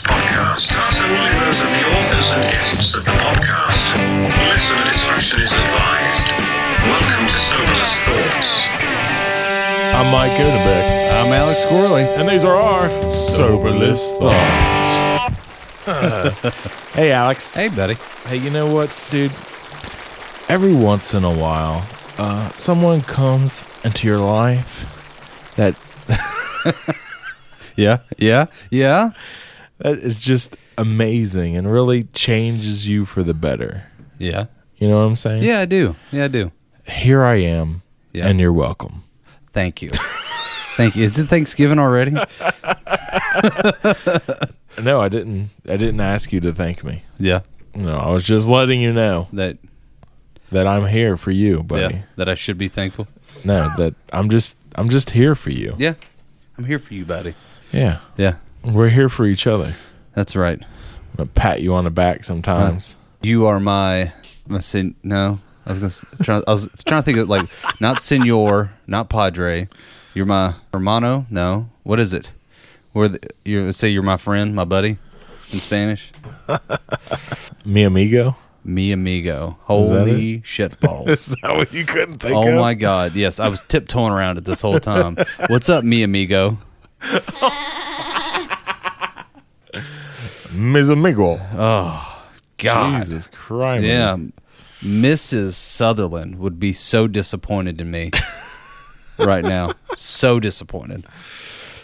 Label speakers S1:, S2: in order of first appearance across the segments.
S1: podcast are solely those of the authors and guests of the podcast. Listener discretion is advised. Welcome to Soberless Thoughts.
S2: I'm Mike Godebeck,
S3: I'm Alex Corley.
S2: and these are our soberless thoughts. hey, Alex.
S3: Hey, buddy.
S2: Hey, you know what, dude? Every once in a while, uh, someone comes into your life that
S3: Yeah, yeah, yeah.
S2: that is just amazing and really changes you for the better.
S3: Yeah.
S2: You know what I'm saying?
S3: Yeah, I do. Yeah, I do.
S2: Here I am,
S3: Yeah.
S2: and you're welcome.
S3: Thank you. Thank you. Is it Thanksgiving already?
S2: No, I didn't. I didn't ask you to thank me.
S3: Yeah.
S2: No, I was just letting you know
S3: That
S2: that I'm here for you, buddy.
S3: yeah, that I should be thankful.
S2: No, that I'm just I'm just here for you.
S3: Yeah. I'm here for you, buddy.
S2: Yeah.
S3: Yeah.
S2: We're here for each other.
S3: That's right.
S2: I'm gonna pat you on the back sometimes.
S3: You are my my sen- no. I was gonna s- try, I was trying to think of like not senor, not padre. You're my hermano. No, what is it? Where the, you say you're my friend, my buddy, in Spanish.
S2: Mi amigo.
S3: Mi amigo.
S2: that it?
S3: Holy shit balls.
S2: that what you couldn't think
S3: Oh my god! Yes, I was tiptoeing around it this whole time. What's up, me amigo?
S2: Mis amigo.
S3: God,
S2: Jesus Christ.
S3: yeah. Mrs. Sutherland would be so disappointed in me right now. So disappointed.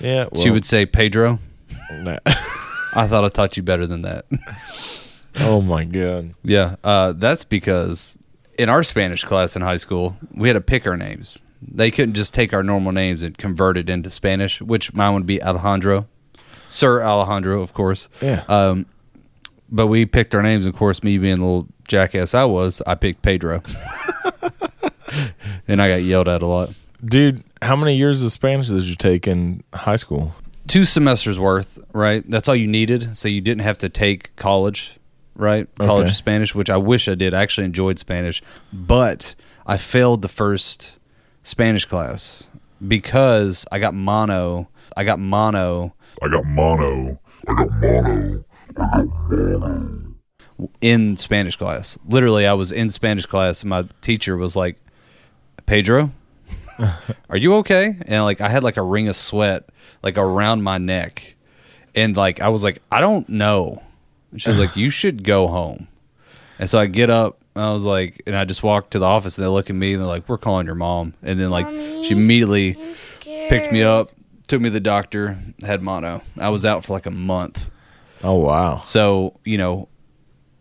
S2: Yeah.
S3: she
S2: well,
S3: would say, "Pedro,
S2: no.
S3: I thought I taught you better than that."
S2: oh my god.
S3: yeah, uh, that's because in our Spanish class in high school, we had to pick our names. They couldn't just take our normal names and convert it into Spanish, which mine would be Alejandro, Sir Alejandro, of course.
S2: Yeah.
S3: Um, but we picked our names. Of course, me being the little jackass I was, I picked Pedro, and I got yelled at a lot.
S2: Dude, how many years of Spanish did you take in high school?
S3: Two semesters worth, right? That's all you needed, so you didn't have to take college, right? College
S2: Okay.
S3: Spanish, which I wish I did. I actually enjoyed Spanish, but I failed the first Spanish class because I got mono. I got mono
S4: I got mono. I got mono.
S3: in Spanish class. Literally, I was in Spanish class, and my teacher was like, "Pedro, are you okay?" And like, I had like a ring of sweat like around my neck, and like, I was like, "I don't know." And she was like, "You should go home." And so I get up. And I was like, and I just walked to the office, and they look at me, and they're like, "We're calling your mom." And then like, she immediately picked me up, took me to the doctor, had mono. I was out for like a month.
S2: Oh wow.
S3: So, you know,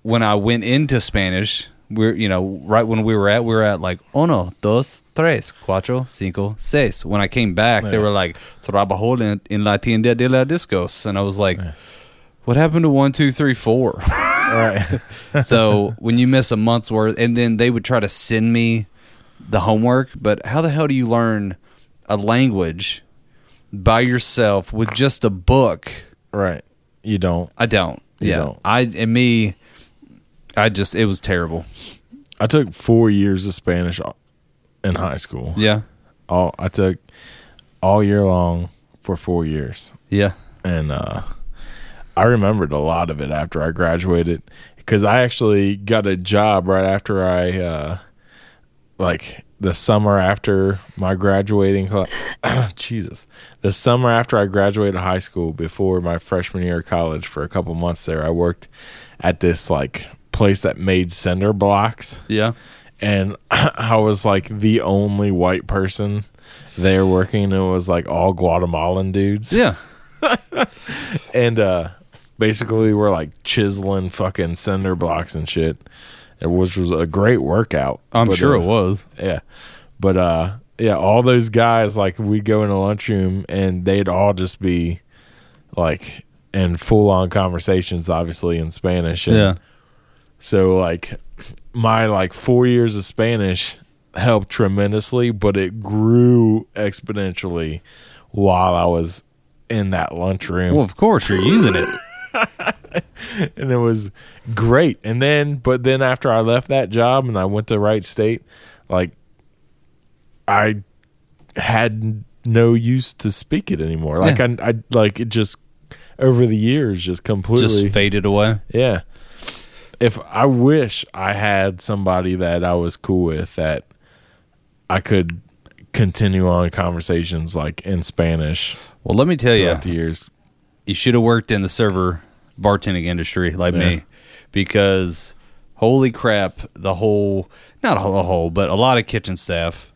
S3: when I went into Spanish, we're, you know, right when we were at, we were at like uno, dos, tres, cuatro, cinco, seis. When I came back, they were like, trabajo en, en la tienda de la discos. And I was like, what happened to one, two, three, four?
S2: All right.
S3: so when you miss a month's worth, and then they would try to send me the homework, but how the hell do you learn a language by yourself with just a book?
S2: right. You don't.
S3: I don't.
S2: You
S3: yeah.
S2: don't.
S3: I and me I just it was terrible.
S2: I took four years of Spanish in high school.
S3: Yeah.
S2: All I took all year long for four years.
S3: Yeah.
S2: and uh, I remembered a lot of it after I graduated because I actually got a job right after I, uh, like the summer after my graduating class. Jesus, the summer after I graduated high school, before my freshman year of college, for a couple months there, I worked at this like place that made cinder blocks
S3: Yeah.
S2: and I was like the only white person there working and it was like all Guatemalan dudes
S3: Yeah.
S2: and uh basically we're like chiseling fucking cinder blocks and shit and which was a great workout
S3: I'm
S2: But,
S3: sure
S2: uh,
S3: it was.
S2: yeah but uh yeah all those guys like we'd go in the lunchroom and they'd all just be like in full-on conversations obviously in spanish and
S3: Yeah.
S2: so like my like four years of Spanish helped tremendously, but it grew exponentially while I was in that lunchroom.
S3: Well, of course you're using it.
S2: And it was great. And then but then after I left that job and I went to Wright State, like I had no use to speak it anymore. Like I, I like it just over the years just completely
S3: Just faded away.
S2: yeah. If I wish I had somebody that I was cool with that I could continue on conversations like in Spanish
S3: Well, let me tell
S2: throughout
S3: you,
S2: the years.
S3: you should have worked in the server bartending industry like
S2: Yeah.
S3: me because holy crap the whole not a whole but a lot of kitchen staff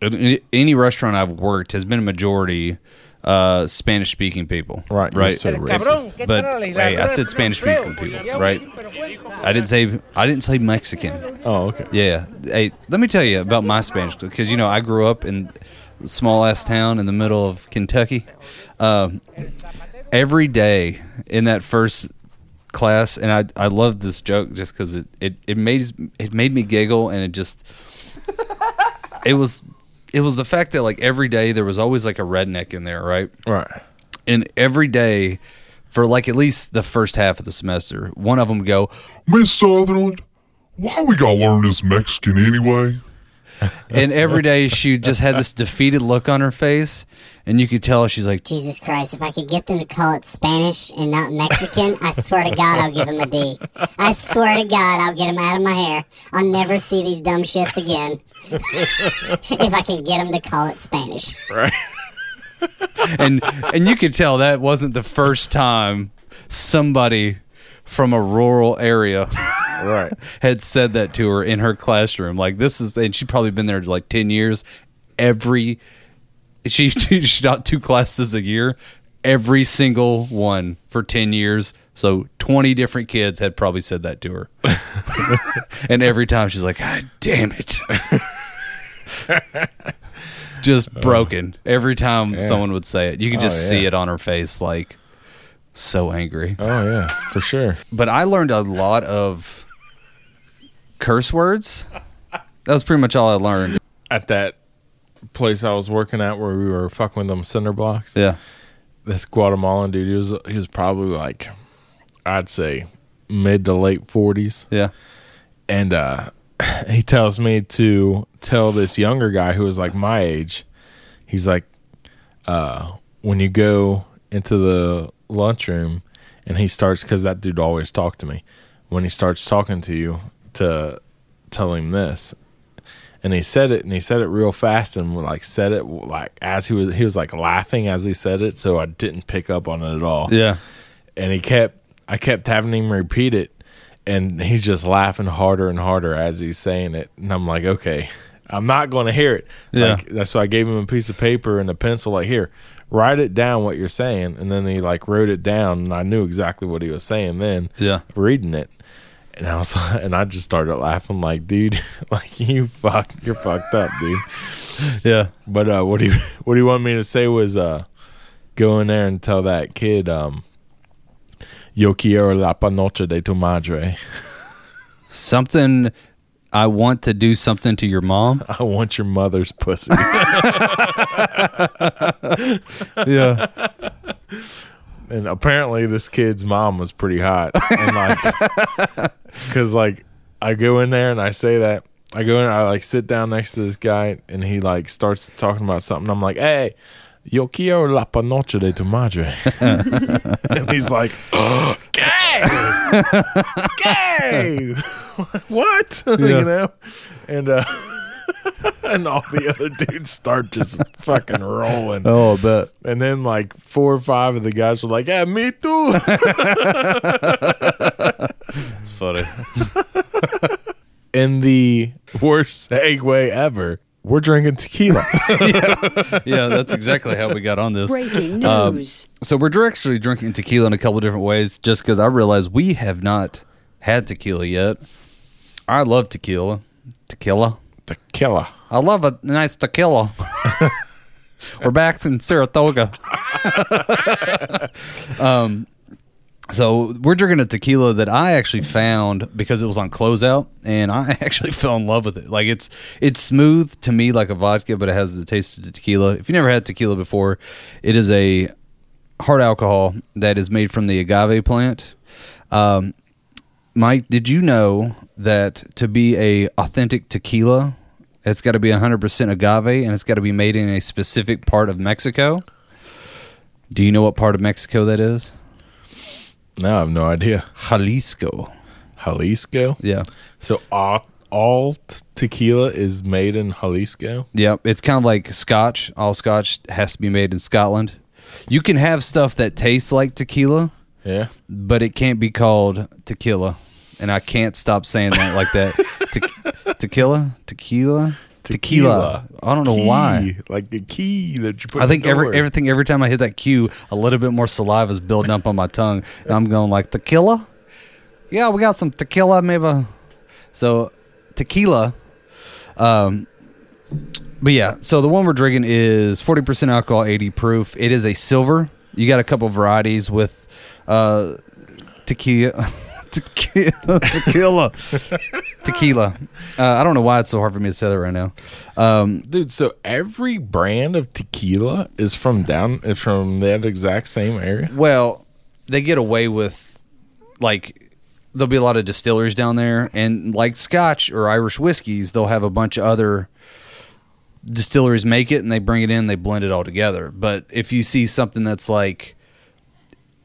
S3: at any- any restaurant i've worked has been a majority uh, spanish speaking people
S2: Right, you're
S3: right
S2: so
S5: Cabrón,
S2: racist.
S5: ¿qué
S3: But,
S5: tal?
S3: hey, I said Spanish speaking people, right? i didn't say i didn't say mexican
S2: Oh, okay.
S3: yeah. Hey, let me tell you about my Spanish because you know I grew up in a small ass town in the middle of Kentucky. Um, every day in that first class, and I I loved this joke just because it, it it made it made me giggle and it just it was it was the fact that like every day there was always like a redneck in there, right?
S2: Right.
S3: And every day for like at least the first half of the semester, one of them would go,
S4: Miss Sutherland, why we gotta learn this Mexican anyway?
S3: and every day she just had this defeated look on her face and you could tell she's like
S6: Jesus Christ, if I could get them to call it Spanish and not Mexican, I swear to God I'll give them a D. I swear to God I'll get them out of my hair. I'll never see these dumb shits again. if I can get them to call it Spanish.
S3: and and you could tell that wasn't the first time somebody from a rural area
S2: Right.
S3: had said that to her in her classroom like this is and she'd probably been there like 10 years every she she taught two classes a year every single one for 10 years so 20 different kids had probably said that to her and every time she's like god damn it just broken every time someone would say it you could just see
S2: Oh, yeah.
S3: it on her face like so angry
S2: Oh yeah, for sure.
S3: but i learned a lot of curse words that was pretty much all i learned
S2: At that place I was working at where we were fucking with them cinder blocks.
S3: yeah
S2: This Guatemalan dude, he was he was probably like I'd say mid to late forties.
S3: yeah
S2: and uh, he tells me to tell this younger guy who was like my age. He's like, uh, when you go into the lunchroom, and he starts because that dude always talked to me. When he starts talking to you, to tell him this, and he said it, and he said it real fast, and like said it like as he was he was like laughing as he said it, so I didn't pick up on it at all
S3: yeah
S2: and he kept I kept having him repeat it and he's just laughing harder and harder as he's saying it and I'm like okay I'm not going to hear it
S3: Yeah.
S2: like that's why I gave him a piece of paper and a pencil like here write it down what you're saying and then he like wrote it down and I knew exactly what he was saying then
S3: Yeah.
S2: reading it and I was and I just started laughing like dude like you fuck you're fucked up dude
S3: yeah
S2: but uh, what do you what do you want me to say was uh, go in there and tell that kid um, Yo quiero la panocha de tu madre.
S3: something I want to do something to your mom.
S2: I want your mother's pussy.
S3: Yeah.
S2: and apparently, this kid's mom was pretty hot. And like, because like I go in there and I say that I go in, I like sit down next to this guy, and he like starts talking about something. I'm like, hey. Yo quiero la panocha de tu madre. and he's like, "Ugh, gay! gay! what? you know? And uh and all the other dudes start just fucking rolling.
S3: Oh, I bet.
S2: And then like four or five of the guys were like, "Yeah, me too."
S3: It's funny.
S2: In the worst segue ever, we're drinking tequila.
S3: yeah, that's exactly how we got on this. Um,
S7: Breaking news.
S3: So we're actually drinking tequila in a couple different ways, just because I realized we have not had tequila yet. I love tequila. Tequila.
S2: tequila.
S3: I love a nice tequila. We're back in Saratoga. um, so we're drinking a tequila that I actually found because it was on closeout, and I actually fell in love with it. Like it's it's smooth to me like a vodka, but it has the taste of the tequila. If you never had tequila before, it is a hard alcohol that is made from the agave plant. Um, Mike, did you know that to be a authentic tequila, it's got to be 100% agave and it's got to be made in a specific part of Mexico? Do you know what part of Mexico that is?
S2: No, I have no idea.
S3: Jalisco.
S2: Jalisco.
S3: Yeah.
S2: So all, all t- tequila is made in Jalisco.
S3: Yeah, it's kind of like scotch. All scotch has to be made in Scotland. You can have stuff that tastes like tequila,
S2: Yeah.
S3: but it can't be called tequila. And I can't stop saying that like that. Te- tequila, tequila, tequila. I don't know
S2: Key,
S3: why.
S2: Like the key that you put.
S3: I
S2: in
S3: think
S2: the door.
S3: every everything every time I hit that cue, a little bit more saliva is building up on my tongue, and I'm going like tequila. Yeah, we got some tequila, maybe. So tequila. Um, but yeah, so the one we're drinking is 40% alcohol, 80 proof. It is a silver. You got a couple varieties with uh, tequila. tequila, tequila, tequila. Uh, I don't know why it's so hard for me to say that right now. Um,
S2: dude. So every brand of tequila is from down is from that exact same area.
S3: Well, they get away with like there'll be a lot of distillers down there and like scotch or Irish whiskeys, they'll have a bunch of other distilleries make it and they bring it in, they blend it all together. But if you see something that's like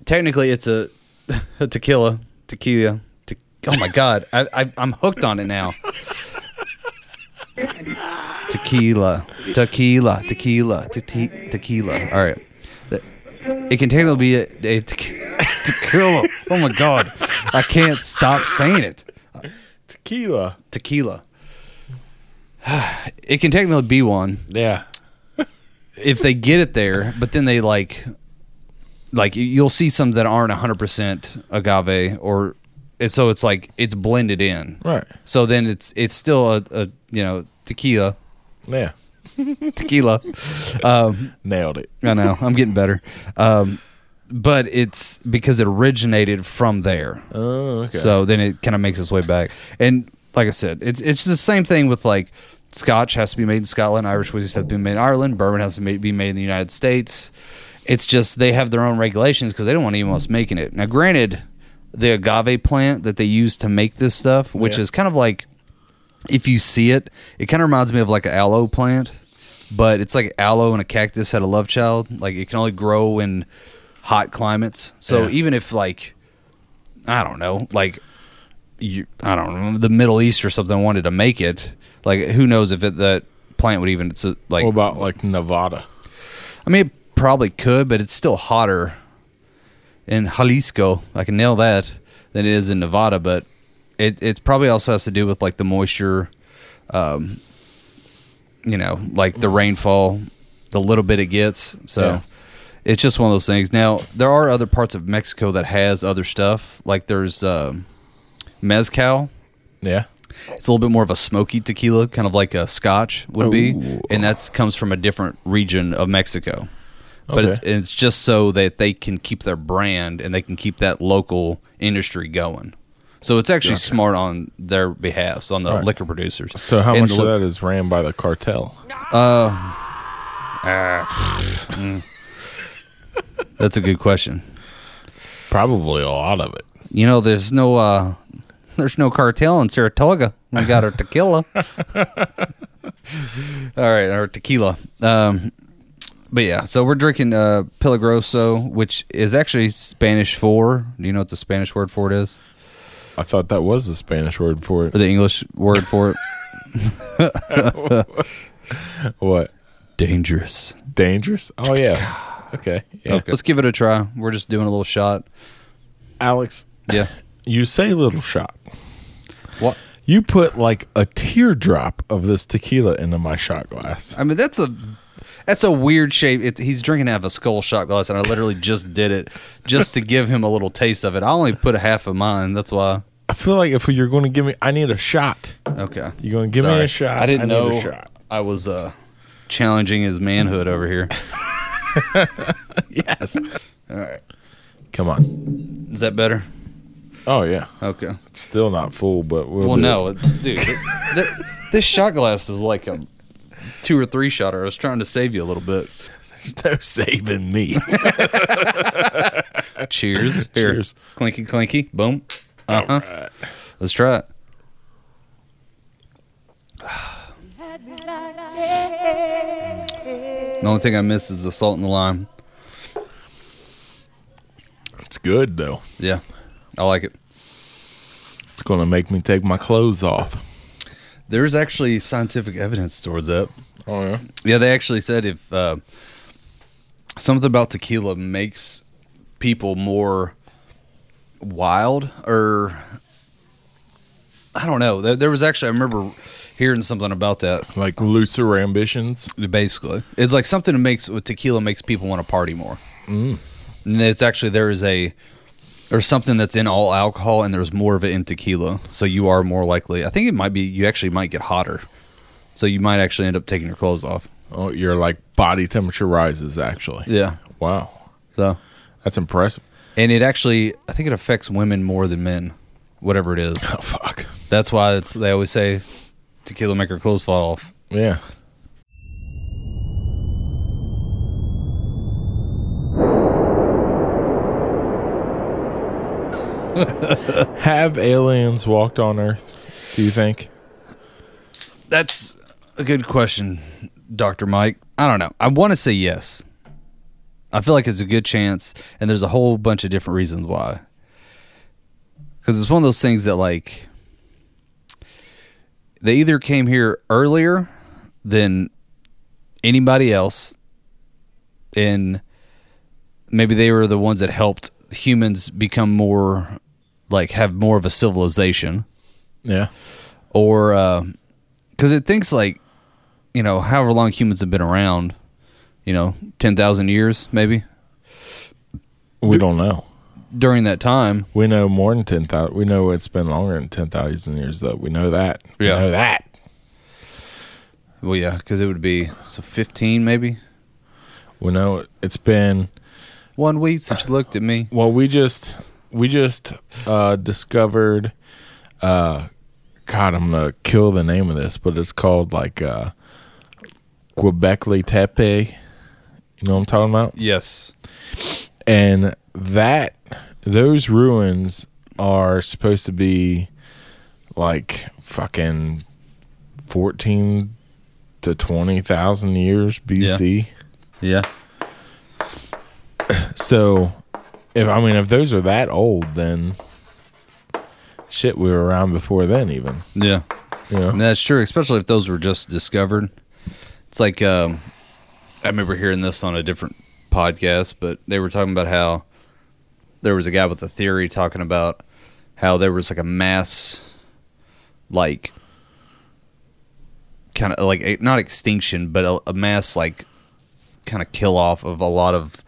S3: technically it's a, a tequila, tequila, te- oh my god, I, I I'm hooked on it now. Tequila, tequila, tequila, te- tequila. All right. The- it can technically be a, a te- tequila. Oh my god, I can't stop saying it.
S2: Tequila.
S3: Tequila. It can technically be one
S2: Yeah.
S3: if they get it there, but then they like, like you- you'll see some that aren't hundred percent agave, or and so it's like it's blended in.
S2: Right.
S3: So then it's it's still a, a you know tequila,
S2: Yeah.
S3: tequila. um,
S2: Nailed it.
S3: I know. I'm getting better. Um, but it's because it originated from there.
S2: Oh, okay.
S3: So then it kind of makes its way back. And like I said, it's it's the same thing with like Scotch has to be made in Scotland, Irish whiskeys have to be made in Ireland, bourbon has to ma- be made in the United States. It's just they have their own regulations because they don't want anyone else making it. Now, granted, the agave plant that they use to make this stuff, which
S2: Yeah.
S3: is kind of like if you see it, it kind of reminds me of like an aloe plant, but it's like aloe and a cactus had a love child. Like it can only grow in hot climates. So
S2: Yeah.
S3: even if like I don't know, like you, I don't know, the Middle East or something wanted to make it, like who knows if it, that plant would even it's uh, like
S2: what about like Nevada?
S3: I mean it probably could, but it's still hotter in Jalisco. I can nail that than it is in Nevada, but it it probably also has to do with like the moisture, um, you know, like the rainfall, the little bit it gets. So
S2: Yeah.
S3: it's just one of those things. Now there are other parts of Mexico that has other stuff, like there's um, mezcal.
S2: Yeah.
S3: It's a little bit more of a smoky tequila, kind of like a Scotch would be,
S2: Ooh.
S3: and that's comes from a different region of Mexico. But
S2: Okay.
S3: it's, it's just so that they can keep their brand and they can keep that local industry going. So it's actually smart on their behalf, on the
S2: Right.
S3: liquor producers.
S2: So how
S3: And
S2: much
S3: the
S2: of
S3: li-
S2: that is ran by the cartel?
S3: That's a good question.
S2: Probably a lot of it.
S3: You know, there's no uh, there's no cartel in Saratoga. We got our tequila. All right, our tequila. Um, but yeah, so we're drinking uh, Pilagroso, which is actually Spanish for. Do you know what the Spanish word for it is,
S2: I thought that was the Spanish word for
S3: or
S2: it.
S3: the English word for it?
S2: What?
S3: Dangerous.
S2: Dangerous? Oh yeah. Okay. Yeah.
S3: Okay. Let's give it a try. We're just doing a little shot.
S2: Alex,
S3: Yeah.
S2: you say little shot.
S3: What?
S2: You put like a teardrop of this tequila into my shot glass.
S3: I mean, that's a that's a weird shape. It's he's drinking out of a skull shot glass, and I literally just did it just to give him a little taste of it. I only put a half of mine. That's why.
S2: I feel like if you're going to give me, I need a shot.
S3: Okay,
S2: You're going to give me
S3: Sorry.
S2: a shot.
S3: I didn't
S2: need a
S3: know
S2: shot.
S3: I was uh, challenging his manhood over here.
S2: Yes.
S3: All right,
S2: Come on.
S3: is that better?
S2: Oh yeah.
S3: Okay.
S2: It's still not full, but we'll.
S3: Well,
S2: do
S3: no,
S2: it.
S3: it- dude. th- th- this shot glass is like a two or three shotter. I was trying to save you a little bit.
S2: There's no saving me.
S3: Cheers. Here.
S2: Cheers.
S3: Clinky, clinky. Boom. Uh huh. Let's try it. The only thing I miss is the salt and the lime.
S2: It's good though.
S3: Yeah, I like it.
S2: It's gonna make me take my clothes off.
S3: There's actually scientific evidence towards that.
S2: Oh yeah.
S3: Yeah, they actually said if uh, something about tequila makes people more wild, or I don't know. There, there was actually I remember hearing something about that.
S2: Like looser ambitions.
S3: Basically, it's like something that makes with tequila makes people want to party more. Mm. And it's actually there is a there's something that's in all alcohol, and there's more of it in tequila, so you are more likely. I think it might be you actually might get hotter, so you might actually end up taking your clothes off.
S2: Oh, your like body temperature rises actually.
S3: Yeah.
S2: Wow.
S3: So,
S2: That's impressive.
S3: and it actually, I think it affects women more than men, whatever it is.
S2: Oh fuck.
S3: That's why it's they always say tequila make her clothes fall off.
S2: Yeah. Have aliens walked on Earth? Do you think?
S3: That's a good question, Dr. Mike. I don't know. I want to say yes. I feel like it's a good chance, and there's a whole bunch of different reasons why. Because it's one of those things that, like, they either came here earlier than anybody else, and maybe they were the ones that helped humans become more, like, have more of a civilization
S2: Yeah.
S3: or because it thinks like you know however long humans have been around you know 10,000 years maybe
S2: We don't know.
S3: during that time
S2: We know more than 10,000. We know it's been longer than 10,000 years, though. We know that. We
S3: Yeah.
S2: know that.
S3: well yeah because it would be so 15 maybe
S2: We know it- it's been.
S3: one week since you looked at me
S2: Well, we just we just uh, discovered. Uh, God, I'm gonna kill the name of this, but it's called like uh, Quebecly Tepe. You know what I'm talking about?
S3: yes
S2: and that those ruins are supposed to be like fucking 14 to 20,000 years BC.
S3: yeah
S2: So if I mean if those are that old then shit we were around before then even,
S3: yeah
S2: you know.
S3: And that's true, especially if those were just discovered. It's like um, I remember hearing this on a different podcast, but they were talking about how there was a guy with a theory talking about how there was like a mass, like kind of like eh, not extinction, but a, a mass like kind of kill off of a lot of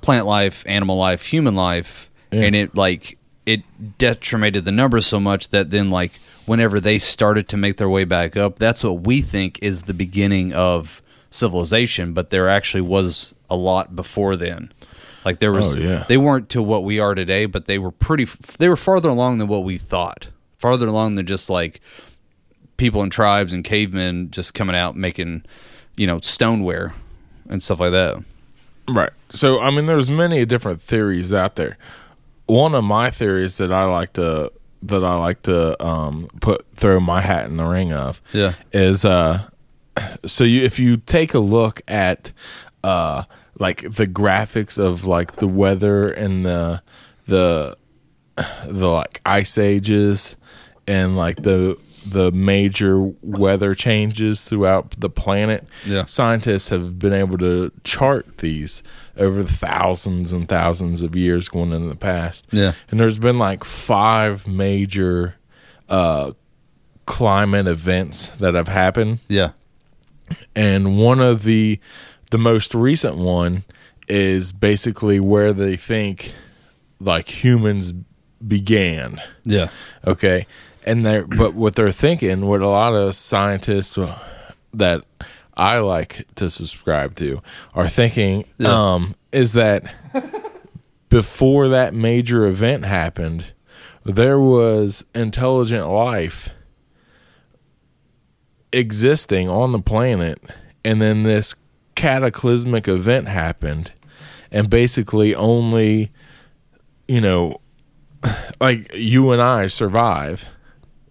S3: plant life, animal life, human life,
S2: Yeah.
S3: and it like it detrimented the numbers so much that then like whenever they started to make their way back up, that's what we think is the beginning of civilization, but there actually was a lot before then. Like there was
S2: Oh, yeah.
S3: they weren't to what we are today, but they were pretty f- they were farther along than what we thought. Farther along than just like people and tribes and cavemen just coming out making, you know, stoneware and stuff like that.
S2: Right. So I mean, there's many different theories out there. One of my theories that I like to that I like to um, put throw my hat in the ring of
S3: Yeah.
S2: is uh, so you if you take a look at uh, like the graphics of like the weather and the the the like ice ages and like the the major weather changes throughout the planet.
S3: Yeah.
S2: Scientists have been able to chart these over the thousands and thousands of years going into the past.
S3: Yeah.
S2: And there's been like five major uh climate events that have happened
S3: Yeah.
S2: and one of the the most recent one is basically where they think like humans began
S3: Yeah.
S2: okay and they are but what they're thinking what a lot of scientists that i like to subscribe to are thinking
S3: Yeah.
S2: um is that before that major event happened there was intelligent life existing on the planet and then this cataclysmic event happened and basically only you know like you and I survive,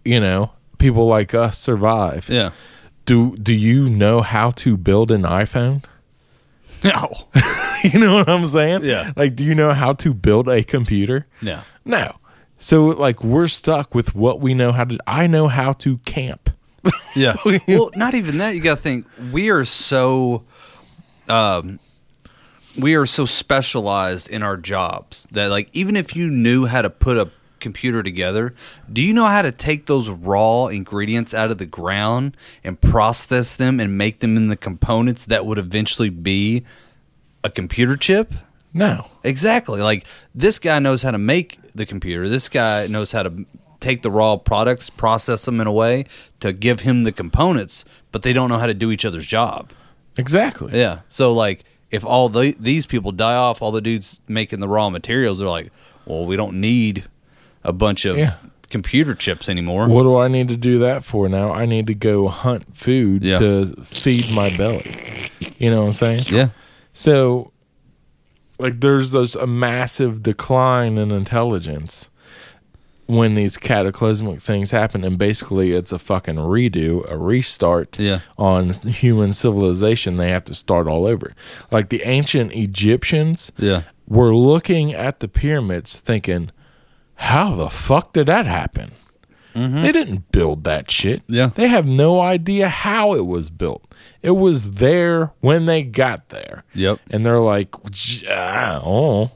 S2: you know, people like us survive.
S3: Yeah.
S2: Do do you know how to build an iPhone?
S3: No.
S2: you know what I'm saying?
S3: Yeah.
S2: Like, do you know how to build a computer?
S3: No.
S2: No. So like we're stuck with what we know how to. I know how to camp.
S3: Yeah. well, not even that. You got to think we are so, um, we are so specialized in our jobs that like even if you knew how to put a computer together, do you know how to take those raw ingredients out of the ground and process them and make them in the components that would eventually be a computer chip?
S2: No.
S3: Exactly. Like this guy knows how to make the computer. This guy knows how to take the raw products, process them in a way to give him the components, but they don't know how to do each other's job.
S2: Exactly.
S3: Yeah. So like if all the, these people die off, all the dudes making the raw materials are like, well, we don't need a bunch of
S2: Yeah.
S3: computer chips anymore.
S2: What do I need to do that for now? I need to go hunt food
S3: Yeah.
S2: to feed my belly. You know what I'm saying?
S3: Yeah.
S2: So, like, there's this a massive decline in intelligence when these cataclysmic things happen, and basically it's a fucking redo, a restart
S3: Yeah.
S2: on human civilization. They have to start all over. Like the ancient Egyptians,
S3: Yeah.
S2: were looking at the pyramids, thinking, "How the fuck did that happen?" They didn't build that shit.
S3: Mm-hmm. Yeah.
S2: They have no idea how it was built. It was there when they got there.
S3: Yep.
S2: And they're like, "J- I don't know.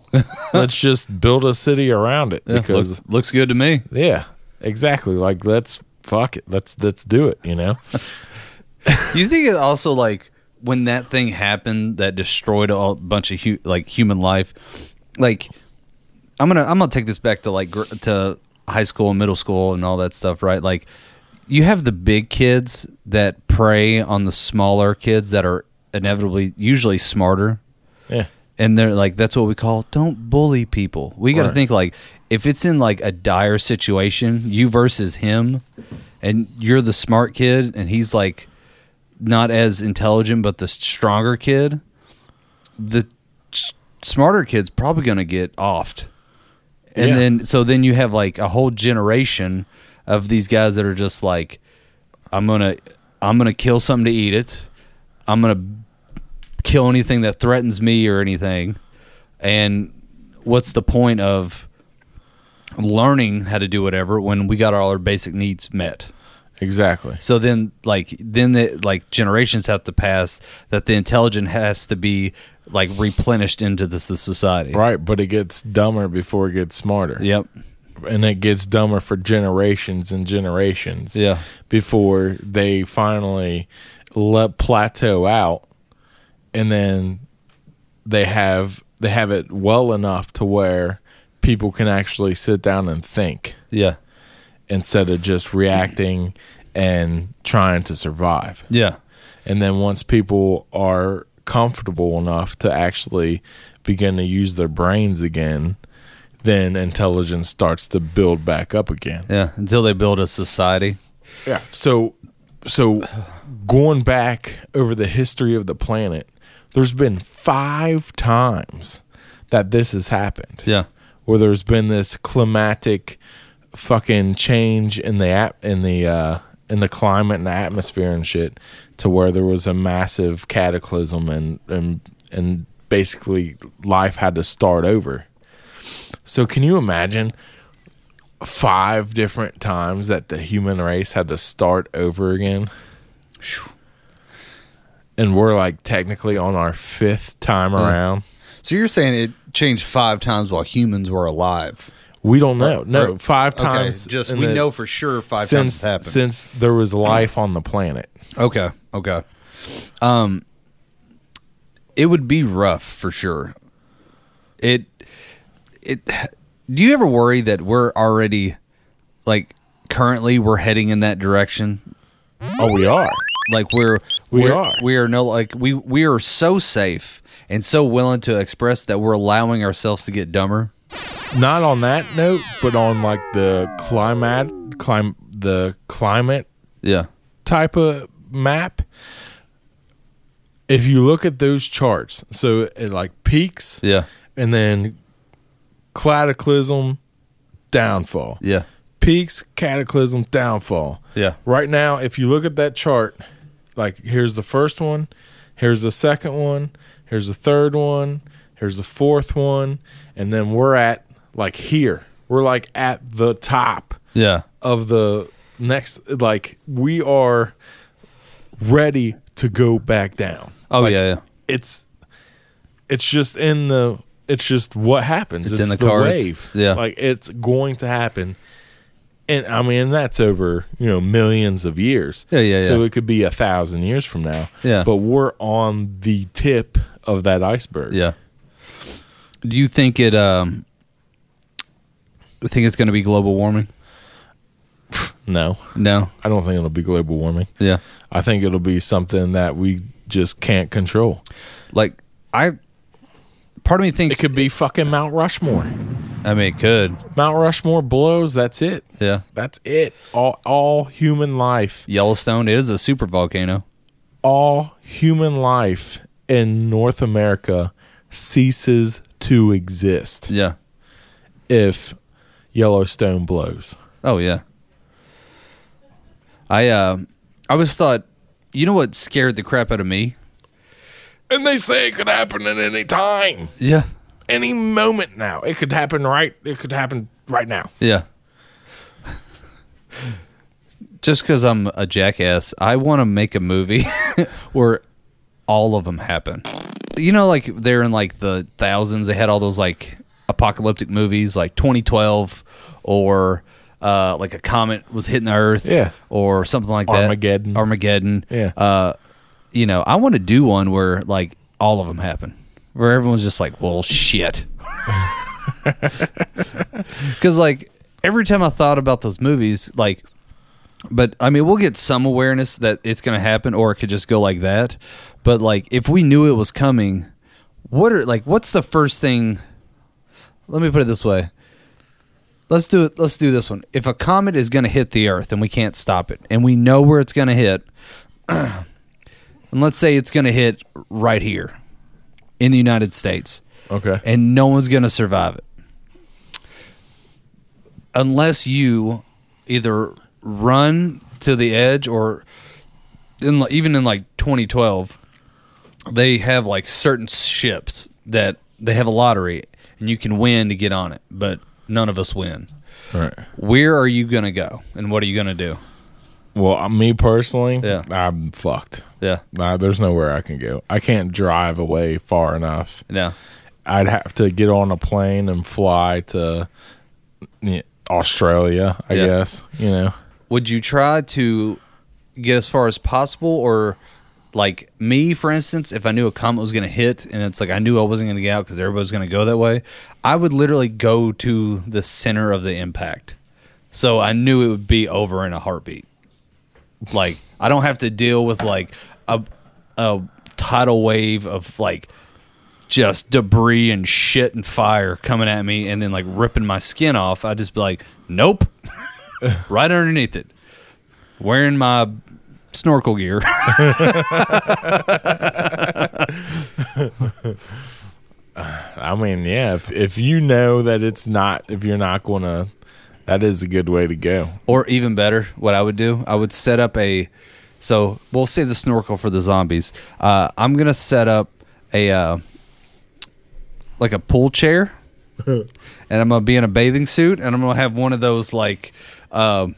S2: let's just build a city around it because
S3: Looks, looks good to me.
S2: yeah, exactly. Like let's fuck it. Let's let's do it, you know.
S3: Do you think it also like when that thing happened that destroyed a bunch of hu- like human life? Like, I'm gonna I'm gonna take this back to like gr- to high school and middle school and all that stuff, right? Like, you have the big kids that prey on the smaller kids that are inevitably usually smarter
S2: yeah.
S3: and they're like that's what we call don't bully people we got to
S2: Right.
S3: think like if it's in like a dire situation you versus him and you're the smart kid and he's like not as intelligent but the stronger kid the s- smarter kid's probably going to get offed and
S2: Yeah.
S3: then so then you have like a whole generation of these guys that are just like i'm going to i'm going to kill something to eat it i'm going to kill anything that threatens me or anything. And what's the point of learning how to do whatever when we got all our basic needs met?
S2: Exactly.
S3: So then, like, then the like generations have to pass that the intelligence has to be like replenished into this, the society.
S2: Right, but it gets dumber before it gets smarter.
S3: Yep.
S2: and it gets dumber for generations and generations
S3: Yeah.
S2: before they finally let plateau out and then they have they have it well enough to where people can actually sit down and think
S3: Yeah.
S2: instead of just reacting and trying to survive
S3: Yeah.
S2: and then once people are comfortable enough to actually begin to use their brains again, then intelligence starts to build back up again.
S3: Yeah. Until they build a society.
S2: Yeah. So so going back over the history of the planet, there's been 5 times that this has happened
S3: Yeah.
S2: where there's been this climatic fucking change in the at in the uh in the climate and the atmosphere and shit to where there was a massive cataclysm and and and basically life had to start over. So can you imagine five different times that the human race had to start over again? And we're like technically on our fifth time around.
S3: So you're saying it changed five times while humans were alive?
S2: We don't know. No,
S3: Or-
S2: five times.
S3: Okay, just
S2: in
S3: we
S2: the-
S3: know for sure five times
S2: since
S3: it's happened.
S2: since there was life on the planet.
S3: Okay. Okay. Um, it would be rough for sure. It, it. Do you ever worry that we're already, like, currently we're heading in that direction?
S2: Oh, we are.
S3: Like we're
S2: We
S3: we're-
S2: are.
S3: we are no like we we are so safe and so willing to express that we're allowing ourselves to get dumber.
S2: Not on that note, but on like the climate, clim, the climate
S3: Yeah.
S2: type of map. If you look at those charts, so it like peaks
S3: Yeah.
S2: and then cataclysm, downfall.
S3: Yeah.
S2: Peaks, cataclysm, downfall.
S3: Yeah.
S2: Right now, if you look at that chart, like here's the first one, here's the second one, Here's the third one. Here's the fourth one, and then we're at like here. We're like at the top
S3: Yeah.
S2: of the next. Like we are ready to go back down.
S3: Oh
S2: Like,
S3: yeah, yeah.
S2: It's it's just in the it's just what happens.
S3: It's in the cards.
S2: wave.
S3: Yeah.
S2: like it's going to happen. And I mean that's over you know millions of years.
S3: Yeah, yeah,
S2: So
S3: yeah.
S2: it could be a thousand years from now.
S3: Yeah.
S2: but we're on the tip of that iceberg.
S3: Yeah. Do you think it? Um, I think it's going to be global warming.
S2: No,
S3: No.
S2: I don't think it'll be global warming.
S3: Yeah.
S2: I think it'll be something that we just can't control.
S3: Like I, part of me
S2: It
S3: thinks.
S2: could be fucking Mount Rushmore.
S3: I mean, it could.
S2: Mount Rushmore blows. That's it.
S3: Yeah.
S2: That's it. All all human life,
S3: Yellowstone is a super volcano.
S2: all human life in North America ceases to exist
S3: Yeah.
S2: if Yellowstone blows.
S3: Oh yeah. I uh, I always thought, you know what scared the crap out of me?
S2: And they say it could happen at any time,
S3: Yeah.
S2: any moment now. It could happen right. It could happen right now.
S3: Yeah. Just because I'm a jackass, I want to make a movie where all of them happen. You know, like they're in like the thousands. They had all those like apocalyptic movies, like 2012, or uh, like a comet was hitting the Earth,
S2: Yeah.
S3: or something like
S2: Armageddon.
S3: that. Armageddon.
S2: Yeah.
S3: Uh, you know, I want to do one where like all of them happen, where everyone's just like, "Well, shit." Because like every time I thought about those movies, like, but I mean, we'll get some awareness that it's going to happen, or it could just go like that. But like, if we knew it was coming, what are like, what's the first thing? Let me put it this way. Let's do it. Let's do this one. If a comet is going to hit the Earth and we can't stop it, and we know where it's going to hit, and let's say it's going to hit right here in the United States,
S2: Okay.
S3: and no one's going to survive it unless you either run to the edge or in, li- even in like 2012 they have like certain ships that they have a lottery and you can win to get on it but none of us win
S2: All right.
S3: where are you going to go and what are you going to do
S2: Well, uh, me personally,
S3: Yeah.
S2: I'm fucked.
S3: yeah
S2: Nah, there's nowhere I can go. I can't drive away far enough.
S3: yeah
S2: I'd have to get on a plane and fly to y- Australia, I
S3: Yeah.
S2: guess. You know,
S3: would you try to get as far as possible or like me for instance if i knew a comet was going to hit and it's like i knew i wasn't going to get out because everybody's going to go that way i would literally go to the center of the impact so i knew it would be over in a heartbeat like i don't have to deal with like a, a tidal wave of like just debris and shit and fire coming at me and then like ripping my skin off i'd just be like nope right underneath it, wearing my snorkel gear.
S2: I mean, yeah, if, if you know that it's not, if you're not going to, that is a good way to go.
S3: or even better, what I would do, I would set up a. So we'll save the snorkel for the zombies. Uh, I'm gonna set up a uh, like a pool chair, and I'm gonna be in a bathing suit, and I'm gonna have one of those like. Uh,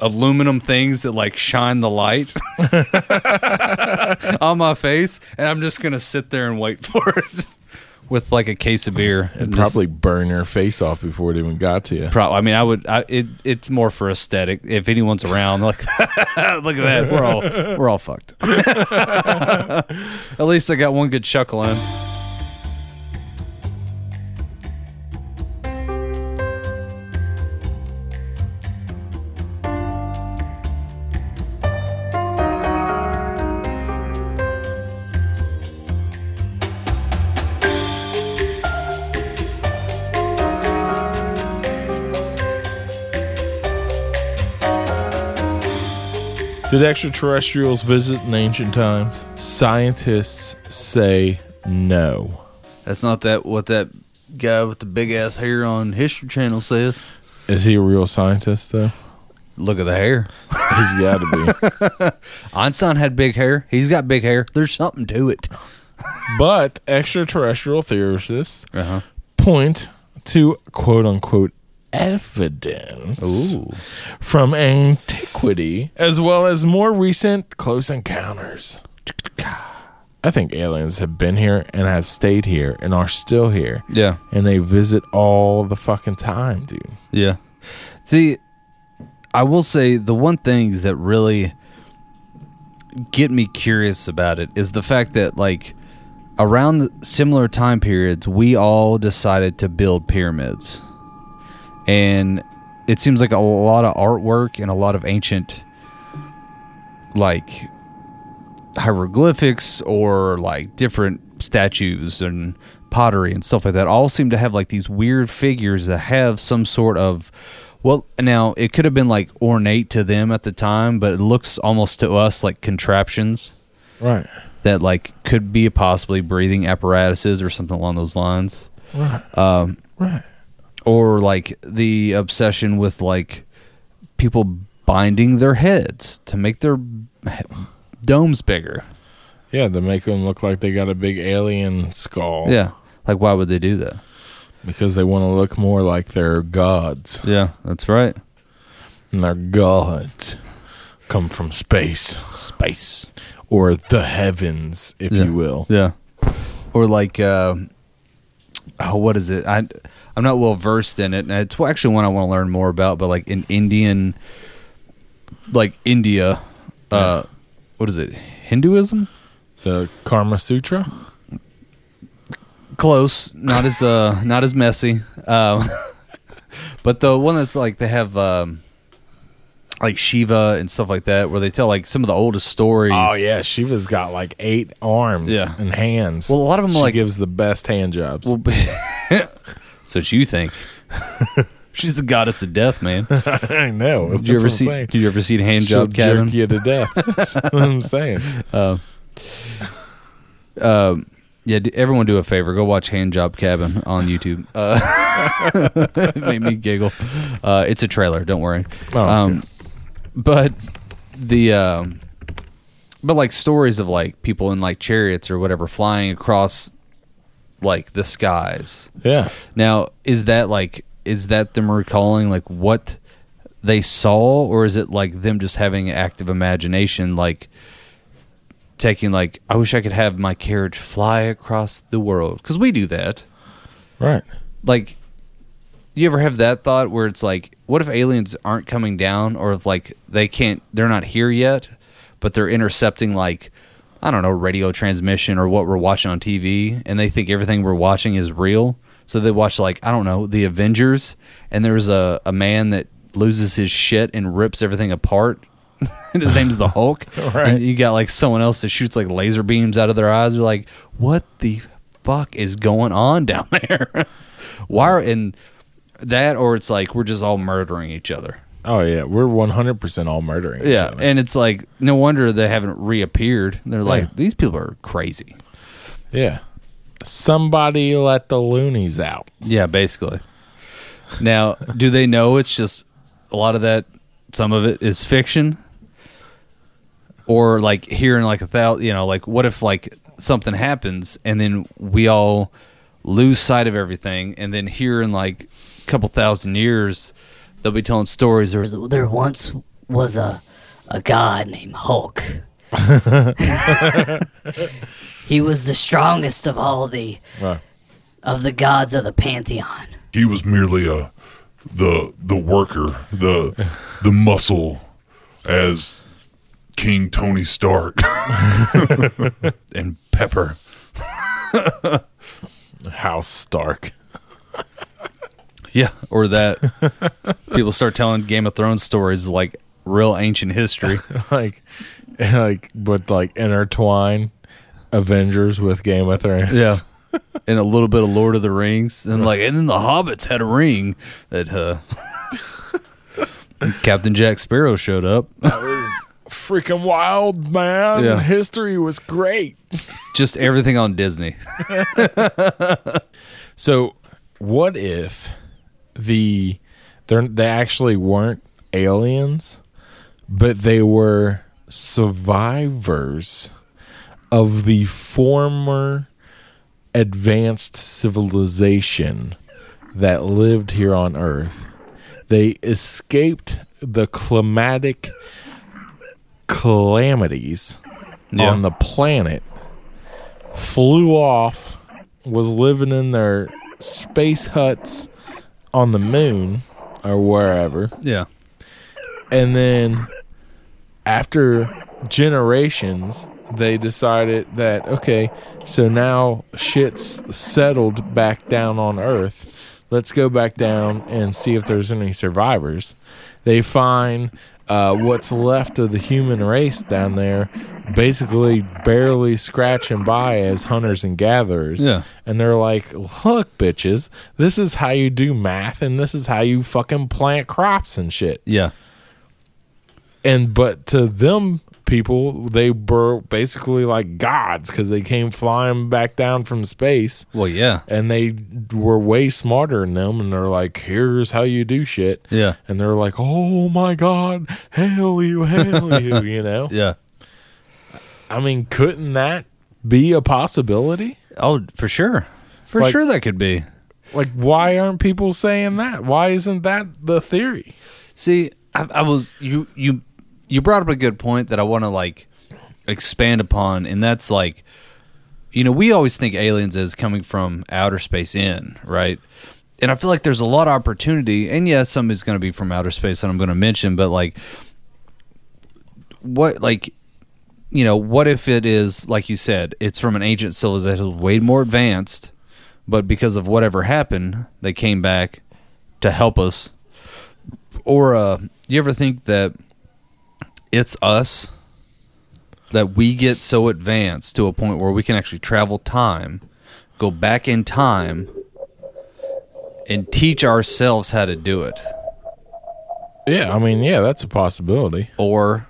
S3: aluminum things that like shine the light on my face and i'm just gonna sit there and wait for it with like a case of beer
S2: It'd
S3: and just-
S2: probably burn your face off before it even got to you.
S3: Probably. I mean, I would. I, it, it's more for aesthetic. If anyone's around, like, look at that. We're all we're all fucked. At least I got one good chuckle in.
S2: Did extraterrestrials visit in ancient times? Scientists say no.
S3: That's not that what that guy with the big ass hair on History Channel says.
S2: Is he a real scientist, though?
S3: Look at the hair.
S2: He's got to be.
S3: Einstein had big hair. He's got big hair. There's something to it.
S2: but extraterrestrial theorists
S3: Uh-huh.
S2: point to quote unquote evidence from antiquity as well as more recent close encounters. I think aliens have been here and have stayed here and are still here.
S3: Yeah.
S2: And they visit all the fucking time, dude.
S3: Yeah. See, I will say the one things that really get me curious about it is the fact that like around similar time periods we all decided to build pyramids. And it seems like a lot of artwork and a lot of ancient like hieroglyphics or like different statues and pottery and stuff like that all seem to have like these weird figures that have some sort of well now it could have been like ornate to them at the time but it looks almost to us like contraptions
S2: Right.
S3: that like could be possibly breathing apparatuses or something along those lines Um,
S2: Right.
S3: or like the obsession with like people binding their heads to make their he- domes bigger
S2: Yeah, to make them look like they got a big alien skull.
S3: Yeah. Like, why would they do that?
S2: Because they want to look more like they're gods.
S3: Yeah, that's right.
S2: And their gods come from space.
S3: Space,
S2: or the heavens, if you will.
S3: Yeah. Or like, uh, oh, what is it? I, I'm not well versed in it, and it's actually one I want to learn more about. But like in Indian, like India, uh, what is it? Hinduism?
S2: The Karma Sutra.
S3: Close. Not as uh, not as messy. Um, but the one that's like they have. Um, like Shiva and stuff like that, where they tell like some of the oldest stories.
S2: Oh yeah, Shiva's got like eight arms
S3: Yeah.
S2: and hands.
S3: Well, a lot of 'em
S2: she
S3: like-
S2: gives the best hand jobs.
S3: Well, so what you think? She's the goddess of death, man. Did
S2: I know. Did
S3: you ever see? Did you ever see the hand
S2: She'll
S3: job
S2: jerk
S3: cabin?
S2: you to death. That's what I'm saying.
S3: Yeah, d- everyone do a favor. Go watch Hand Job Cabin on YouTube. Uh, it made me giggle. Uh, it's a trailer. Don't worry.
S2: Oh,
S3: um, But the um, but like stories of like people in like chariots or whatever flying across like the skies.
S2: Yeah.
S3: Now, is that like is that them recalling like what they saw, or is it like them just having active imagination, like taking like I wish I could have my carriage fly across the world because we do that.
S2: Right.
S3: Like, you ever have that thought where it's like, what if aliens aren't coming down, or if like they can't, they're not here yet, but they're intercepting like. I don't know, radio transmission or what we're watching on TV, and they think everything we're watching is real. So they watch, like, I don't know, The Avengers, and there's a, a man that loses his shit and rips everything apart. and his name's the Hulk.
S2: Right.
S3: And you got, like, someone else that shoots, like, laser beams out of their eyes. They're like, what the fuck is going on down there? Why are, and that, or it's like, we're just all murdering each other.
S2: Oh yeah, we're 100 percent all murdering.
S3: Yeah,
S2: Each other.
S3: and it's like no wonder they haven't reappeared. They're like
S2: Yeah.
S3: these people are crazy.
S2: Yeah. Somebody let the loonies out.
S3: Yeah, basically. Now, do they know it's just a lot of that? Some of it is fiction, or like hearing like a thousand. You know, like what if like something happens and then we all lose sight of everything, and then here in like a couple thousand years, they'll be telling stories. There was
S5: there once was a a god named Hulk. he was the strongest of all the
S2: Right.
S5: of the gods of the pantheon.
S4: He was merely a the the worker, the the muscle, as King Tony Stark.
S3: and Pepper.
S2: House Stark.
S3: Yeah, or that people start telling Game of Thrones stories like real ancient history.
S2: like, like, but like intertwine Avengers with Game of Thrones.
S3: and a little bit of Lord of the Rings, and like, and then the hobbits had a ring that uh, Captain Jack Sparrow showed up.
S2: freaking wild, man.
S3: Yeah.
S2: History was great.
S3: Just everything on Disney.
S2: So, what if the they're, they actually weren't aliens, but they were survivors of the former advanced civilization that lived here on Earth. They escaped the climatic calamities
S3: Yeah.
S2: on the planet, flew off, was living in their space huts on the moon or wherever
S3: Yeah.
S2: and then after generations they decided that okay so now shit's settled back down on earth let's go back down and see if there's any survivors they find uh, what's left of the human race down there basically barely scratching by as hunters and gatherers
S3: Yeah.
S2: and they're like, "Look, bitches, this is how you do math, and this is how you fucking plant crops and shit."
S3: Yeah.
S2: And but to them people, they were basically like gods because they came flying back down from space,
S3: Well, yeah.
S2: and they were way smarter than them. And they're like, "Here's how you do shit."
S3: Yeah.
S2: And they're like, "Oh my god, hell you, hell you," you know.
S3: Yeah.
S2: I mean, couldn't that be a possibility?
S3: Oh, for sure. For
S2: Like-
S3: sure that could be.
S2: Like, why aren't people saying that? Why isn't that the theory?
S3: See, I, I was you you you brought up a good point that I want to like expand upon, and that's like, you know, we always think aliens as coming from outer space in, right? And I feel like there's a lot of opportunity, and yes, some is going to be from outer space that I'm going to mention, but like, what like. You know, what if it is like you said? It's from an ancient civilization way more advanced, but because of whatever happened, they came back to help us or uh you ever think that it's us that we get so advanced to a point where we can actually travel time go back in time and teach ourselves how to do it
S2: Yeah, I mean, yeah, that's a possibility.
S3: or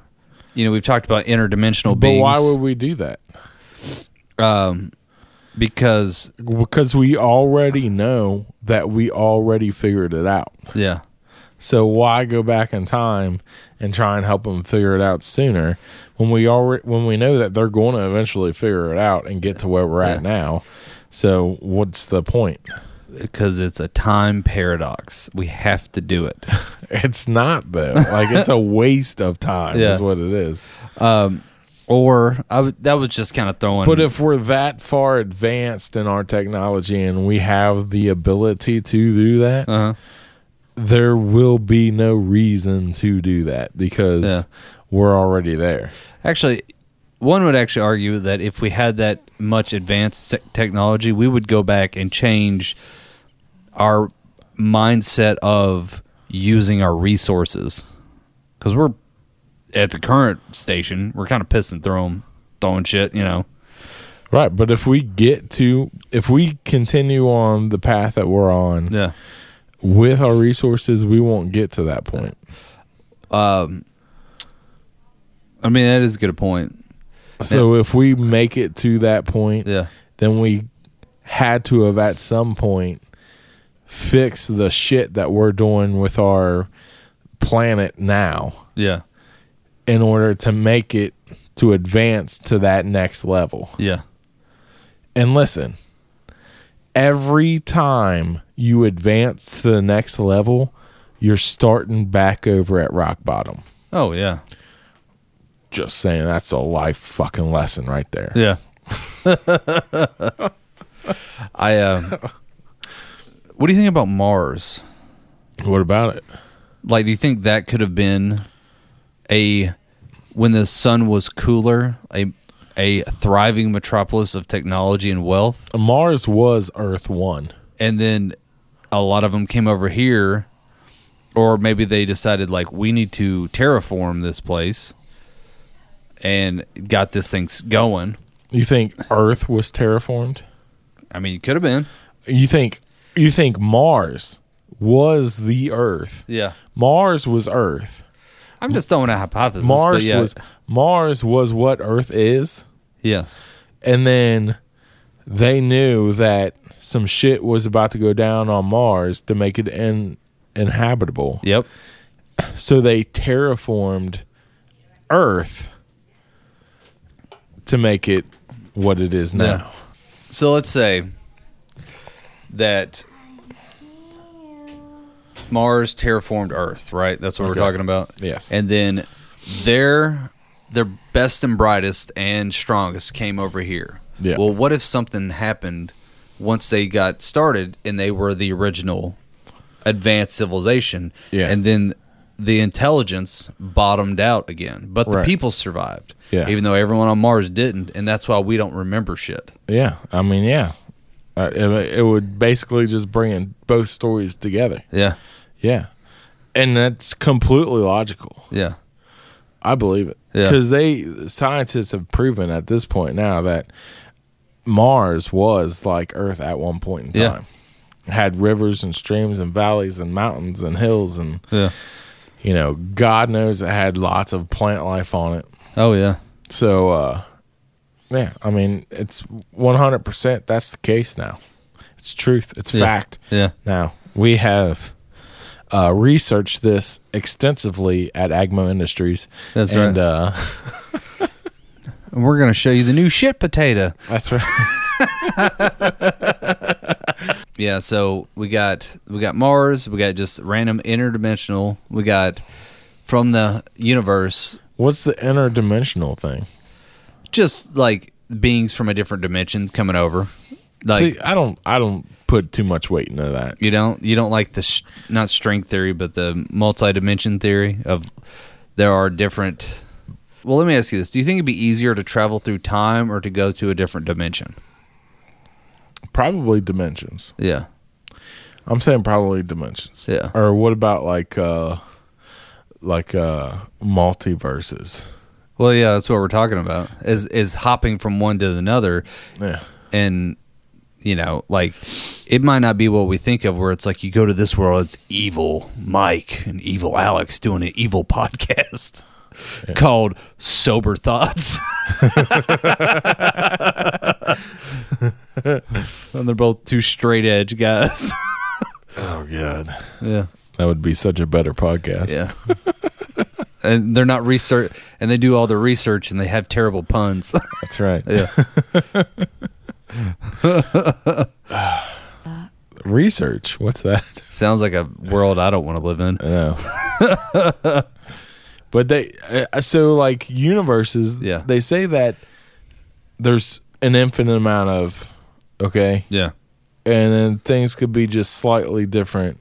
S3: you know we've talked about interdimensional
S2: But
S3: beings um,
S2: why would we do that?
S3: because
S2: Because we already know that we already figured it out.
S3: yeah
S2: So why go back in time and try and help them figure it out sooner when we already when we know that they're going to eventually figure it out and get to where we're at
S3: Yeah.
S2: now? So what's the point?
S3: because it's a time paradox we have to do it
S2: It's not though. Like it's a waste of time.
S3: Yeah.
S2: Is what it is.
S3: or I would that was just kind of throwing
S2: But if we're that far advanced in our technology and we have the ability to do that,
S3: uh
S2: there will be no reason to do that because
S3: Yeah.
S2: we're already there.
S3: Actually, one would actually argue that if we had that much advanced se- technology, we would go back and change our mindset of using our resources because we're at the current station. We're kind of pissing through them, throwing shit, you know.
S2: Right. But if we get to, if we continue on the path that we're on
S3: Yeah.
S2: with our resources, we won't get to that point.
S3: I mean, that is a good point.
S2: So if we make it to that point,
S3: Yeah.
S2: then we had to have at some point fixed the shit that we're doing with our planet now
S3: Yeah.
S2: in order to make it to advance to that next level.
S3: Yeah.
S2: And listen, every time you advance to the next level, you're starting back over at rock bottom.
S3: Oh, yeah.
S2: Just saying, that's a life fucking lesson right there.
S3: Yeah. I, uh, what do you think about Mars?
S2: What about it?
S3: like do you think that could have been a when the sun was cooler a a thriving metropolis of technology and wealth
S2: Mars was Earth 1.
S3: and then a lot of them came over here or maybe they decided like we need to terraform this place and got this thing s- going
S2: You think Earth was terraformed?
S3: i mean it could have been
S2: You think you think Mars was the Earth.
S3: yeah
S2: Mars was Earth.
S3: i'm just throwing a hypothesis but
S2: Mars
S3: yeah.
S2: was Mars was what Earth is.
S3: yes
S2: and then they knew that some shit was about to go down on Mars to make it in- inhabitable.
S3: yep
S2: So they terraformed Earth to make it what it is now.
S3: So let's say that Mars terraformed Earth, right? That's what
S2: Okay.
S3: we're talking about.
S2: Yes.
S3: And then their their best and brightest and strongest came over here.
S2: Yeah.
S3: Well, what if something happened once they got started and they were the original advanced civilization
S2: Yeah.
S3: and then the intelligence bottomed out again, but the
S2: Right.
S3: people survived.
S2: Yeah.
S3: Even though everyone on Mars didn't, and that's why we don't remember shit.
S2: Yeah, I mean, yeah, uh, it, it would basically just bringing both stories together.
S3: Yeah.
S2: Yeah, and that's completely logical.
S3: Yeah.
S2: I believe it
S3: Yeah.
S2: because they scientists have proven at this point now that Mars was like Earth at one point in
S3: Yeah.
S2: time. It had rivers and streams and valleys and mountains and hills and
S3: Yeah.
S2: you know God knows it had lots of plant life on it.
S3: Oh yeah.
S2: So uh yeah, I mean it's 100% that's the case now. It's truth, it's
S3: Yeah.
S2: fact.
S3: Yeah.
S2: Now, we have uh researched this extensively at Agmo Industries.
S3: That's
S2: and,
S3: right.
S2: uh
S3: And we're gonna show you the new shit potato.
S2: that's right.
S3: Yeah, so we got we got Mars, we got just random interdimensional, we got from the universe,
S2: What's the interdimensional thing?
S3: just like beings from a different dimension coming over. Like
S2: See, I don't I don't put too much weight into that.
S3: you don't you don't like the sh- not string theory, but the multi-dimension theory of there are different. Well, let me ask you this: Do you think it'd be easier to travel through time or to go to a different dimension?
S2: Probably dimensions.
S3: Yeah,
S2: I'm saying probably dimensions.
S3: Yeah.
S2: Or what about like uh like uh multiverses?
S3: Well, yeah, that's what we're talking about. Is is hopping from one to another,
S2: Yeah.
S3: and you know, like it might not be what we think of. Where it's like you go to this world, it's evil Mike and evil Alex doing an evil podcast called Sober Thoughts, and they're both two straight edge guys.
S2: Oh god.
S3: yeah,
S2: That would be such a better podcast.
S3: yeah. And they're not research, and they do all the research, and they have terrible puns.
S2: That's right.
S3: Yeah.
S2: Research. What's that?
S3: Sounds like a world I don't want to live in.
S2: No. but they uh, so like universes.
S3: Yeah.
S2: They say that there's an infinite amount of okay,
S3: Yeah.
S2: and then things could be just slightly different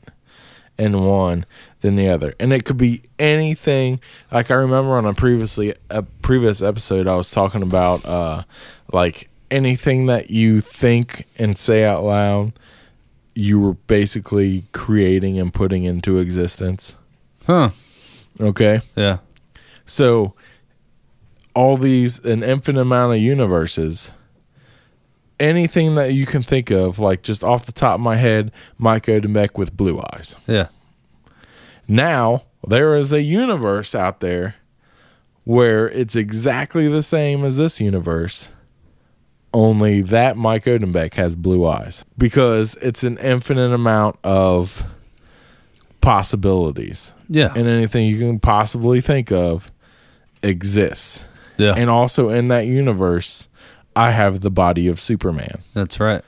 S2: in one than the other, and it could be anything. Like I remember on a previously a previous episode, I was talking about uh like anything that you think and say out loud. You were basically creating and putting into existence.
S3: Huh.
S2: Okay.
S3: Yeah.
S2: So all these an infinite amount of universes. Anything that you can think of, like just off the top of my head, Mike Odemek with blue eyes.
S3: Yeah.
S2: Now there is a universe out there where it's exactly the same as this universe, only that Mike Odemek has blue eyes because it's an infinite amount of possibilities
S3: Yeah.
S2: and anything you can possibly think of exists.
S3: yeah.
S2: And also in that universe, I have the body of Superman
S3: That's right.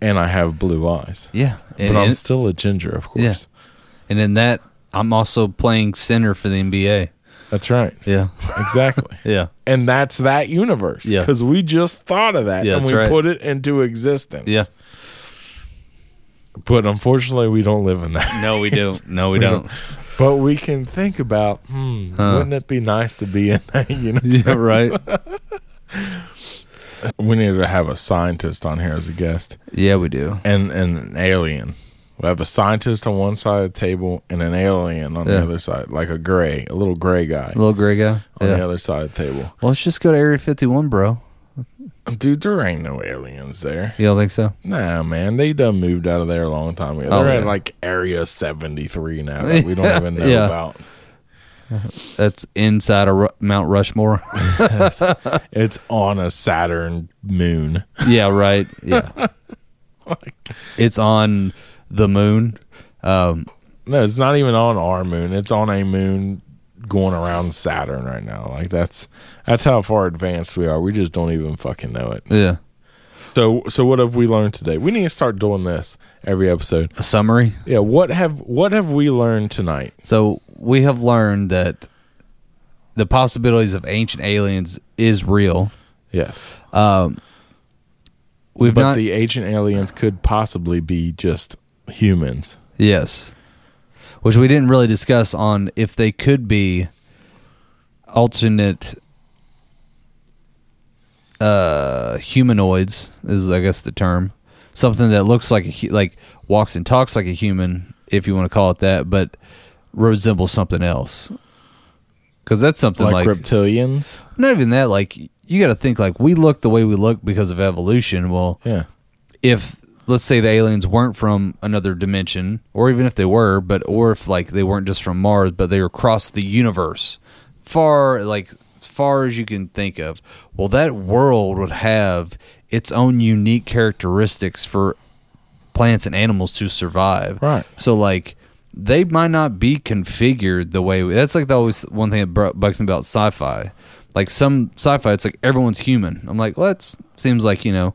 S2: and I have blue eyes.
S3: Yeah. And,
S2: but I'm
S3: in-
S2: still a ginger, of course.
S3: Yeah. and in that, I'm also playing center for the NBA.
S2: That's right.
S3: Yeah.
S2: Exactly.
S3: Yeah.
S2: and that's that universe.
S3: Yeah.
S2: Because we just thought of that
S3: Yeah,
S2: and
S3: that's
S2: we
S3: right.
S2: put it into existence.
S3: Yeah.
S2: But unfortunately, we don't live in that.
S3: No, we don't. No, we
S2: don't. But we can think about, hmm,
S3: Huh.
S2: wouldn't it be nice to be in that universe?
S3: yeah. Right.
S2: We need to have a scientist on here as a guest.
S3: Yeah, we do.
S2: and and an alien. We have a scientist on one side of the table and an alien on the
S3: Yeah.
S2: other side, like a gray, a little gray guy
S3: Little gray guy.
S2: on
S3: Yeah.
S2: the
S3: Well,
S2: other side of the table.
S3: let's just go to Area 51, bro.
S2: Dude, there ain't no aliens there.
S3: You don't think so?
S2: Nah, man, they done moved out of there a long time ago.
S3: Oh,
S2: They're at
S3: yeah.
S2: like Area seventy three now that we don't even know
S3: Yeah.
S2: about.
S3: That's inside of Ru- Mount Rushmore.
S2: It's on a Saturn moon.
S3: yeah. Right. Yeah.
S2: Oh
S3: it's on the moon. Um,
S2: No, it's not even on our moon. It's on a moon going around Saturn right now. Like that's that's how far advanced we are. We just don't even fucking know it.
S3: Yeah.
S2: So so what have we learned today? We need to start doing this every episode.
S3: A summary.
S2: Yeah, what have what have we learned tonight?
S3: So we have learned that the possibilities of ancient aliens is real.
S2: Yes.
S3: We've
S2: But
S3: not
S2: the ancient aliens could possibly be just humans.
S3: yes, which we didn't really discuss on if they could be alternate uh humanoids is I guess the term something that looks like a hu- like walks and talks like a human if you want to call it that but resembles something else because that's something
S2: Like,
S3: like,
S2: reptilians.
S3: not even that like you got to think like we look the way we look because of evolution well
S2: Yeah.
S3: if let's say the aliens weren't from another dimension or even if they were but or if like they weren't just from mars but they were across the universe far like as far as you can think of well that world would have its own unique characteristics for plants and animals to survive
S2: Right.
S3: so like they might not be configured the way that's like the always one thing that bru- bugs me about sci-fi like some sci-fi it's like everyone's human i'm like well that seems like you know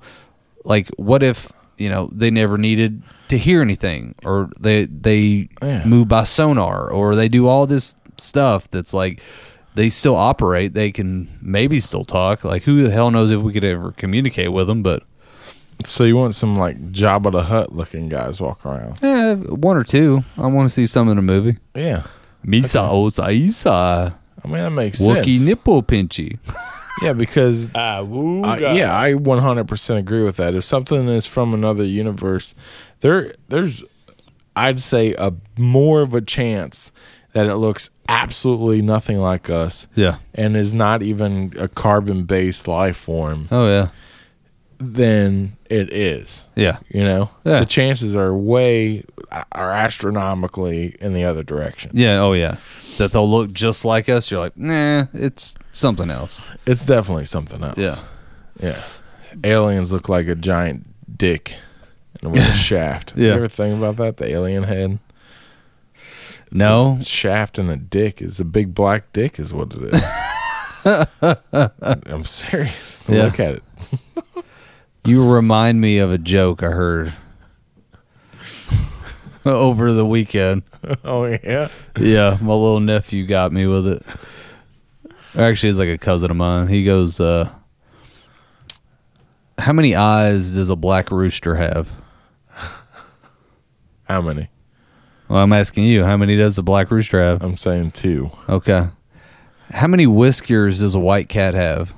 S3: like what if you know they never needed to hear anything or they they
S2: Yeah.
S3: move by sonar or they do all this stuff that's like they still operate they can maybe still talk like who the hell knows if we could ever communicate with them but
S2: So you want some like Jabba the Hutt looking guys walk around?
S3: eh, one or two i want to see some in a movie
S2: Yeah.
S3: misa osa isa
S2: I mean that makes
S3: Wookie
S2: sense.
S3: nipple pinchy.
S2: Yeah, because Uh, yeah, I 100% agree with that. If something is from another universe, there there's I'd say a more of a chance that it looks absolutely nothing like us
S3: Yeah.
S2: and is not even a carbon-based life form
S3: Oh yeah.
S2: than it is.
S3: Yeah.
S2: You know,
S3: Yeah.
S2: the chances are way are astronomically in the other direction.
S3: Yeah. Oh yeah. That they'll look just like us. You're like, nah, it's something else.
S2: It's definitely something else.
S3: Yeah.
S2: Yeah. Aliens look like a giant dick and with a shaft.
S3: Yeah.
S2: You ever think about that? The alien head?
S3: No.
S2: Shaft and a dick is a big black dick is what it is. I'm serious.
S3: Yeah.
S2: Look at it.
S3: You remind me of a joke I heard over the weekend.
S2: Oh yeah.
S3: Yeah, my little nephew got me with it. Or actually, it's like a cousin of mine. He goes, uh, "How many eyes does a black rooster have?"
S2: How many?
S3: Well, I'm asking you, how many does a black rooster have?
S2: I'm saying two.
S3: Okay. How many whiskers does a white cat have?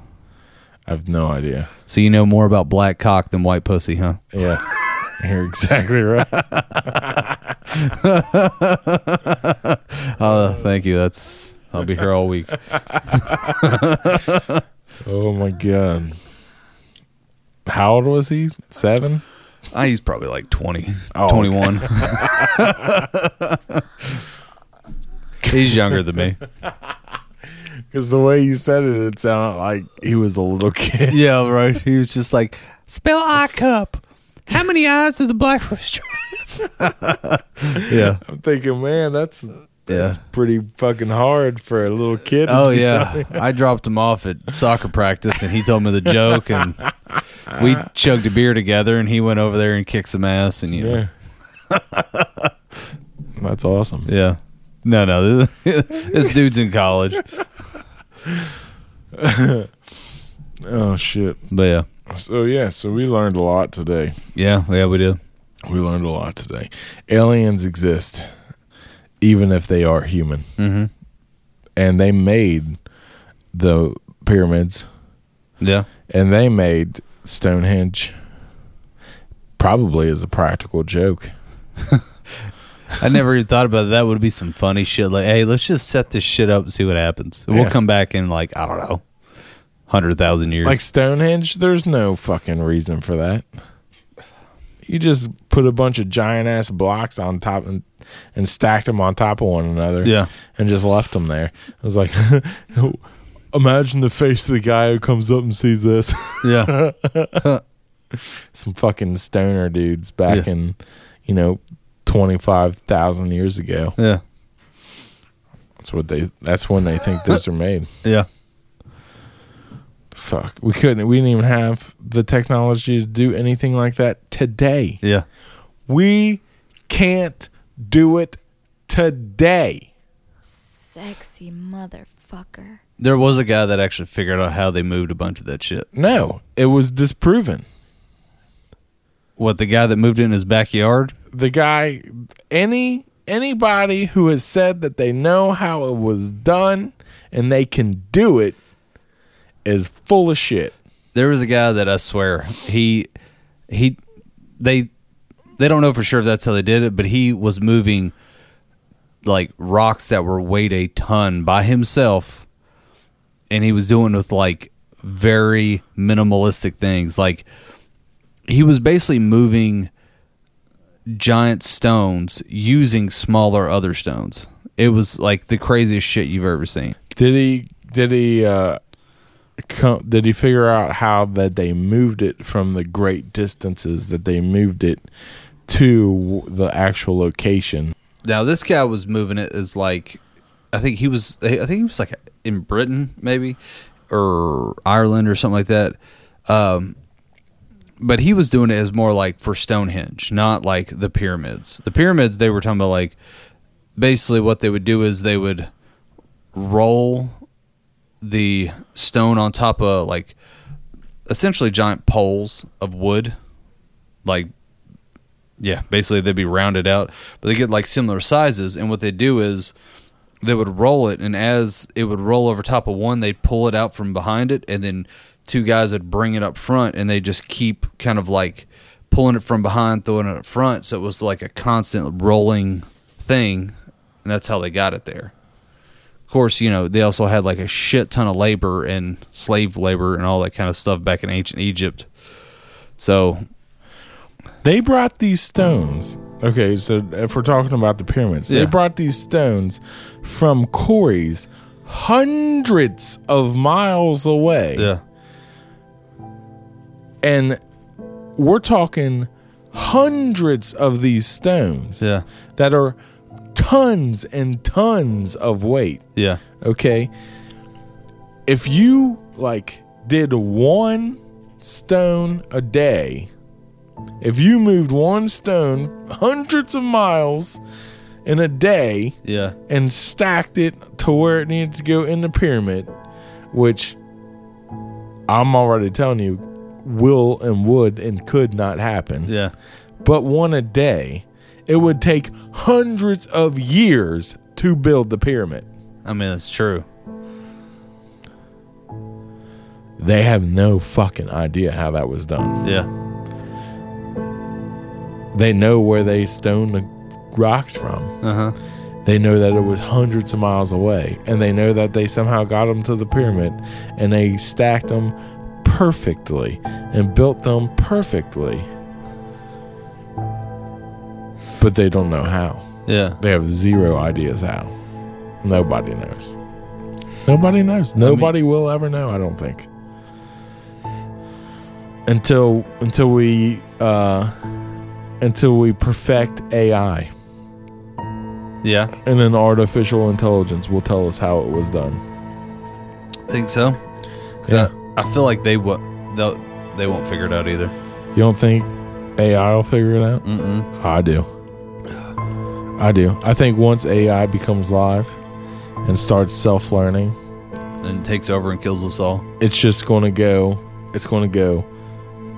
S2: I've no idea.
S3: So you know more about black cock than white pussy, huh?
S2: Yeah. You're exactly right.
S3: Uh, thank you. That's I'll be here all week.
S2: Oh my god. How old was he? Seven?
S3: Ah, he's probably like 20,
S2: Oh, okay.
S3: 21. he's younger than me.
S2: Because the way you said it, it sounded like he was a little kid.
S3: Yeah, right. He was just like, spell eye cup. How many eyes does the black rooster have? yeah.
S2: I'm thinking, man, that's
S3: Yeah.
S2: pretty fucking hard for a little kid. to
S3: Oh
S2: be
S3: yeah, I dropped him off at soccer practice, and he told me the joke, and we chugged a beer together, and he went over there and kicked some ass, and you know,
S2: Yeah. That's awesome.
S3: yeah, no, no, this, this dude's in college,
S2: Oh shit.
S3: but yeah,
S2: So yeah, so we learned a lot today.
S3: yeah, yeah, we do.
S2: We learned a lot today. Aliens exist, even if they are human, mm-hmm. and they made the pyramids,
S3: Yeah,
S2: and they made Stonehenge. Probably as a practical joke.
S3: I never even thought about it. that. Would be some funny shit. Like, hey, let's just set this shit up and see what happens. We'll
S2: Yeah.
S3: come back in like I don't know, hundred thousand years.
S2: Like Stonehenge, there's no fucking reason for that. You just put a bunch of giant ass blocks on top and, and stacked them on top of one another.
S3: Yeah.
S2: And just left them there. I was like, imagine the face of the guy who comes up and sees this.
S3: yeah,
S2: Some fucking stoner dudes back
S3: Yeah.
S2: in, you know, 25,000 years ago.
S3: yeah,
S2: That's what they. That's when they think those are made.
S3: Yeah.
S2: Fuck, we couldn't. We didn't even have the technology to do anything like that today.
S3: Yeah.
S2: We can't do it today.
S7: Sexy motherfucker.
S3: There was a guy that actually figured out how they moved a bunch of that shit.
S2: No, it was disproven.
S3: What the guy that moved it in his backyard?
S2: The guy, any anybody who has said that they know how it was done and they can do it is full of shit.
S3: There was a guy that I swear he he they they don't know for sure if that's how they did it, but he was moving like rocks that were weighed a ton by himself, and he was doing it with like very minimalistic things. Like he was basically moving giant stones using smaller other stones. It was like the craziest shit you've ever seen.
S2: Did he? Did he? Uh, co- did he figure out how that they moved it from the great distances that they moved it to the actual location?
S3: Now this guy was moving it as like, I think he was, I think he was like in Britain maybe, or Ireland or something like that. Um, but he was doing it as more like for Stonehenge, not like the pyramids. The pyramids they were talking about like, basically what they would do is they would roll the stone on top of like essentially giant poles of wood, like yeah, basically they'd be rounded out, but they get like similar sizes. And what they do is they would roll it, and as it would roll over top of one, they'd pull it out from behind it, and then two guys would bring it up front, and they just keep kind of like pulling it from behind, throwing it up front. So it was like a constant rolling thing, and that's how they got it there. Of course, you know they also had like a shit ton of labor and slave labor and all that kind of stuff back in ancient Egypt. So
S2: They brought these stones. Okay, so if we're talking about the pyramids, they
S3: Yeah.
S2: brought these stones from quarries hundreds of miles away. And we're talking hundreds of these stones
S3: yeah,
S2: that are tons and tons of weight.
S3: yeah,
S2: okay if you like did one stone a day if you moved one stone hundreds of miles in a day
S3: yeah.
S2: and stacked it to where it needed to go in the pyramid which i'm already telling you will and would and could not happen
S3: Yeah.
S2: but one a day it would take hundreds of years to build the pyramid
S3: I mean, it's true.
S2: They have no fucking idea how that was done.
S3: Yeah.
S2: They know where they stoned the rocks from.
S3: Uh huh.
S2: They know that it was hundreds of miles away. And they know that they somehow got them to the pyramid and they stacked them perfectly and built them perfectly. But they don't know how.
S3: Yeah.
S2: They have zero ideas how. Nobody knows. Nobody knows. Nobody will ever know. I don't think. Until until we uh, until we perfect AI
S3: Yeah.
S2: and then artificial intelligence will tell us how it was done.
S3: Think so?
S2: Yeah.
S3: I, I feel like they will. They'll, they won't figure it out either.
S2: You don't think AI will figure it out?
S3: Mm-mm.
S2: I do. I do. I think once AI becomes live and starts self-learning,
S3: And takes over and kills us all.
S2: it's just going to go it's going to go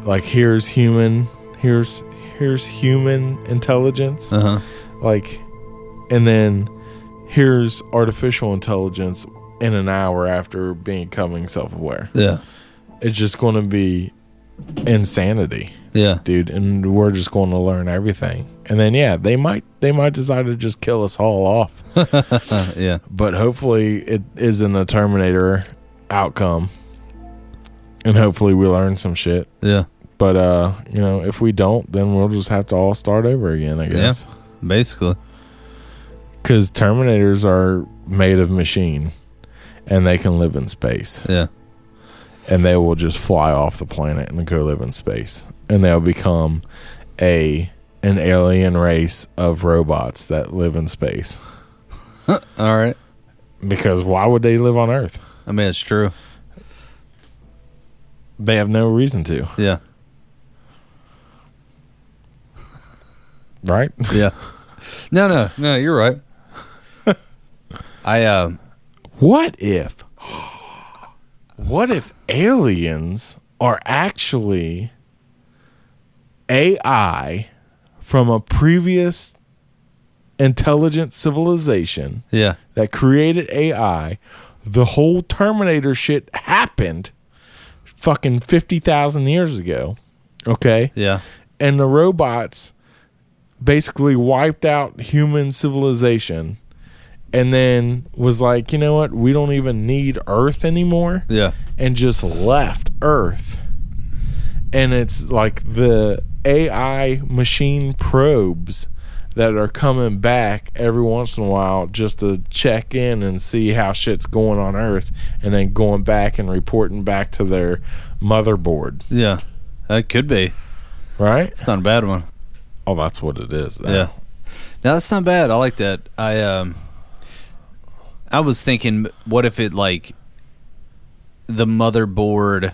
S2: like here's human here's here's human intelligence
S3: Uh huh.
S2: like and then here's artificial intelligence in an hour after becoming self-aware
S3: Yeah.
S2: it's just going to be insanity
S3: Yeah.
S2: dude and we're just going to learn everything and then yeah they might they might decide to just kill us all off
S3: yeah.
S2: but hopefully it isn't a terminator outcome and hopefully we learn some shit
S3: Yeah.
S2: but uh you know if we don't then we'll just have to all start over again i guess
S3: Basically.
S2: because terminators are made of machine and they can live in space
S3: Yeah.
S2: and they will just fly off the planet and go live in space and they'll become a an alien race of robots that live in space
S3: All right.
S2: because why would they live on Earth?
S3: I mean, it's true.
S2: They have no reason to,
S3: Yeah.
S2: right?
S3: Yeah. No, no, no. You're right. I um.
S2: What if? What if aliens are actually AI from a previous intelligent civilization
S3: yeah.
S2: that created AI? The whole Terminator shit happened fucking 50,000 years ago. Okay?
S3: Yeah.
S2: and the robots basically wiped out human civilization and then was like, you know what? We don't even need Earth anymore
S3: Yeah.
S2: and just left Earth. And it's like the AI machine probes that are coming back every once in a while just to check in and see how shit's going on Earth and then going back and reporting back to their motherboard,
S3: Yeah. That could be.
S2: right?
S3: It's not a bad one.
S2: Oh, that's what it is. now.
S3: Yeah. No, that's not bad. I like that. I um I was thinking what if it like the motherboard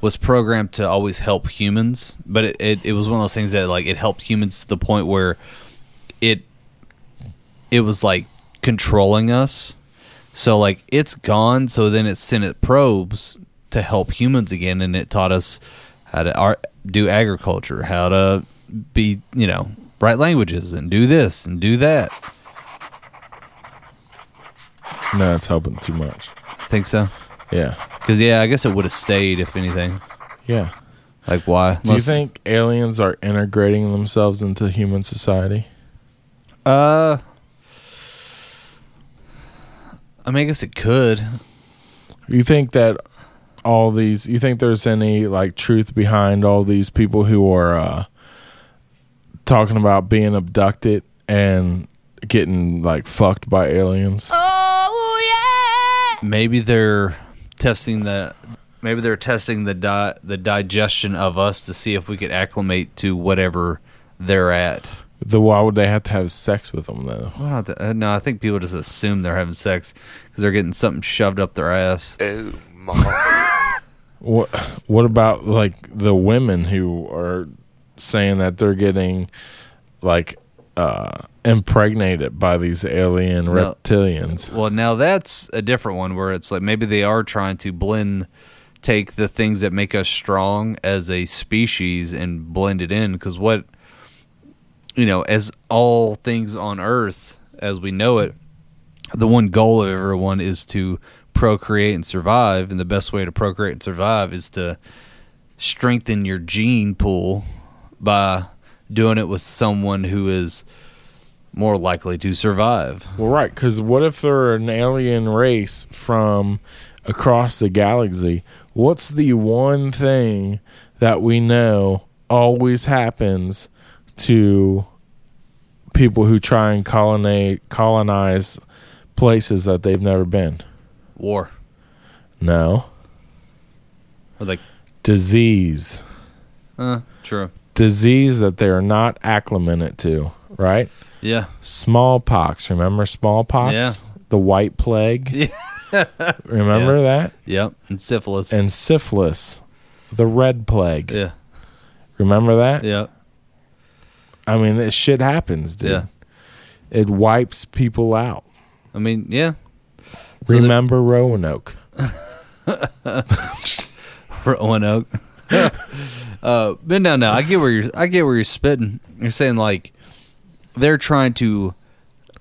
S3: was programmed to always help humans, but it, it, it was one of those things that like it helped humans to the point where it it was like controlling us. So like it's gone, so then it sent it probes to help humans again and it taught us how to ar do agriculture, how to be, you know, write languages and do this and do that.
S2: No, it's helping too much.
S3: Think so?
S2: Yeah.
S3: Cuz yeah, I guess it would have stayed if anything.
S2: Yeah.
S3: Like why?
S2: Do you
S3: Unless-
S2: think aliens are integrating themselves into human society?
S3: uh I mean, I guess it could.
S2: You think that all these you think there's any like truth behind all these people who are uh talking about being abducted and getting like fucked by aliens?
S7: Oh yeah.
S3: Maybe they're testing the maybe they're testing the di- the digestion of us to see if we could acclimate to whatever they're at.
S2: The why would they have to have sex with them though?
S3: Well, not that- uh, no, I think people just assume they're having sex because they're getting something shoved up their ass.
S8: Oh my!
S2: What what about like the women who are saying that they're getting like uh impregnated by these alien
S3: No.
S2: reptilians?
S3: Well, now that's a different one where it's like maybe they are trying to blend, take the things that make us strong as a species and blend it in. Because what, you know, as all things on Earth as we know it, the one goal of everyone is to procreate and survive. And the best way to procreate and survive is to strengthen your gene pool by doing it with someone who is more likely to survive.
S2: Well, right, because what if they're an alien race from across the galaxy? What's the one thing that we know always happens to people who try and colonize, colonize places that they've never been?
S3: War.
S2: No.
S3: Or like,
S2: Disease.
S3: uh, true.
S2: Disease that they are not acclimated to, right?
S3: Yeah.
S2: Smallpox. Remember smallpox?
S3: Yeah.
S2: The white plague? Remember
S3: Yeah.
S2: that?
S3: Yep. And syphilis.
S2: and syphilis, the red plague.
S3: yeah.
S2: Remember that?
S3: Yeah.
S2: I mean, this shit happens, dude.
S3: Yeah.
S2: It wipes people out.
S3: I mean, yeah. So the-
S2: Remember Roanoke.
S3: Roanoke. uh, but no, no, I get where you're. I get where you're spitting. You're saying like they're trying to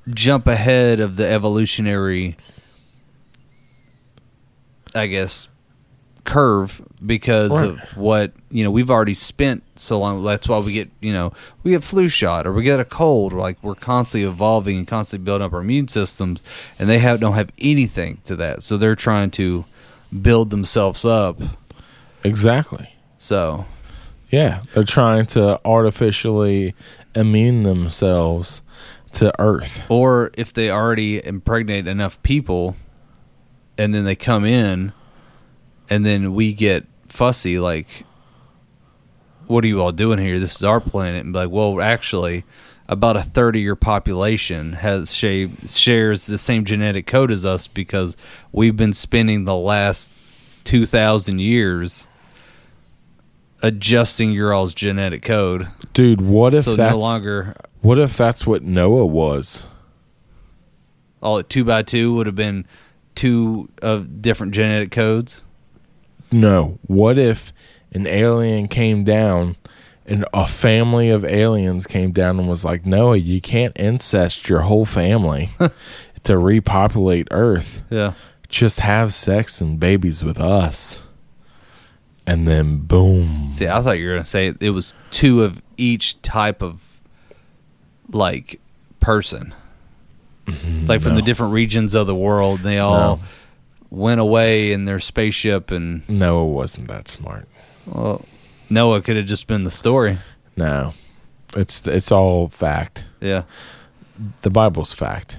S3: jump ahead of the evolutionary, I guess, curve because of what you know we've already spent so long. That's why we get you know we get flu shot or we get a cold. Or like we're constantly evolving and constantly building up our immune systems, and they have don't have anything to that. So they're trying to build themselves up
S2: Exactly.
S3: so
S2: Yeah. They're trying to artificially immune themselves to Earth.
S3: or if they already impregnate enough people and then they come in and then we get fussy like what are you all doing here this is our planet and be like well actually about a third of your population has sha- shares the same genetic code as us because we've been spending the last two thousand years adjusting your all's genetic code.
S2: Dude, what if
S3: so
S2: that's
S3: no longer
S2: what if that's what Noah was?
S3: all at two by two would have been two of different genetic codes.
S2: No. What if an alien came down and a family of aliens came down and was like, Noah, you can't incest your whole family to repopulate Earth.
S3: Yeah.
S2: Just have sex and babies with us. And then boom.
S3: See, I thought you were gonna say it was two of each type of like person, like from the different regions of the world. They all
S2: No.
S3: went away in their spaceship, and
S2: Noah wasn't that smart.
S3: Noah could have just been the story.
S2: No. It's it's all fact.
S3: Yeah,
S2: the Bible's fact.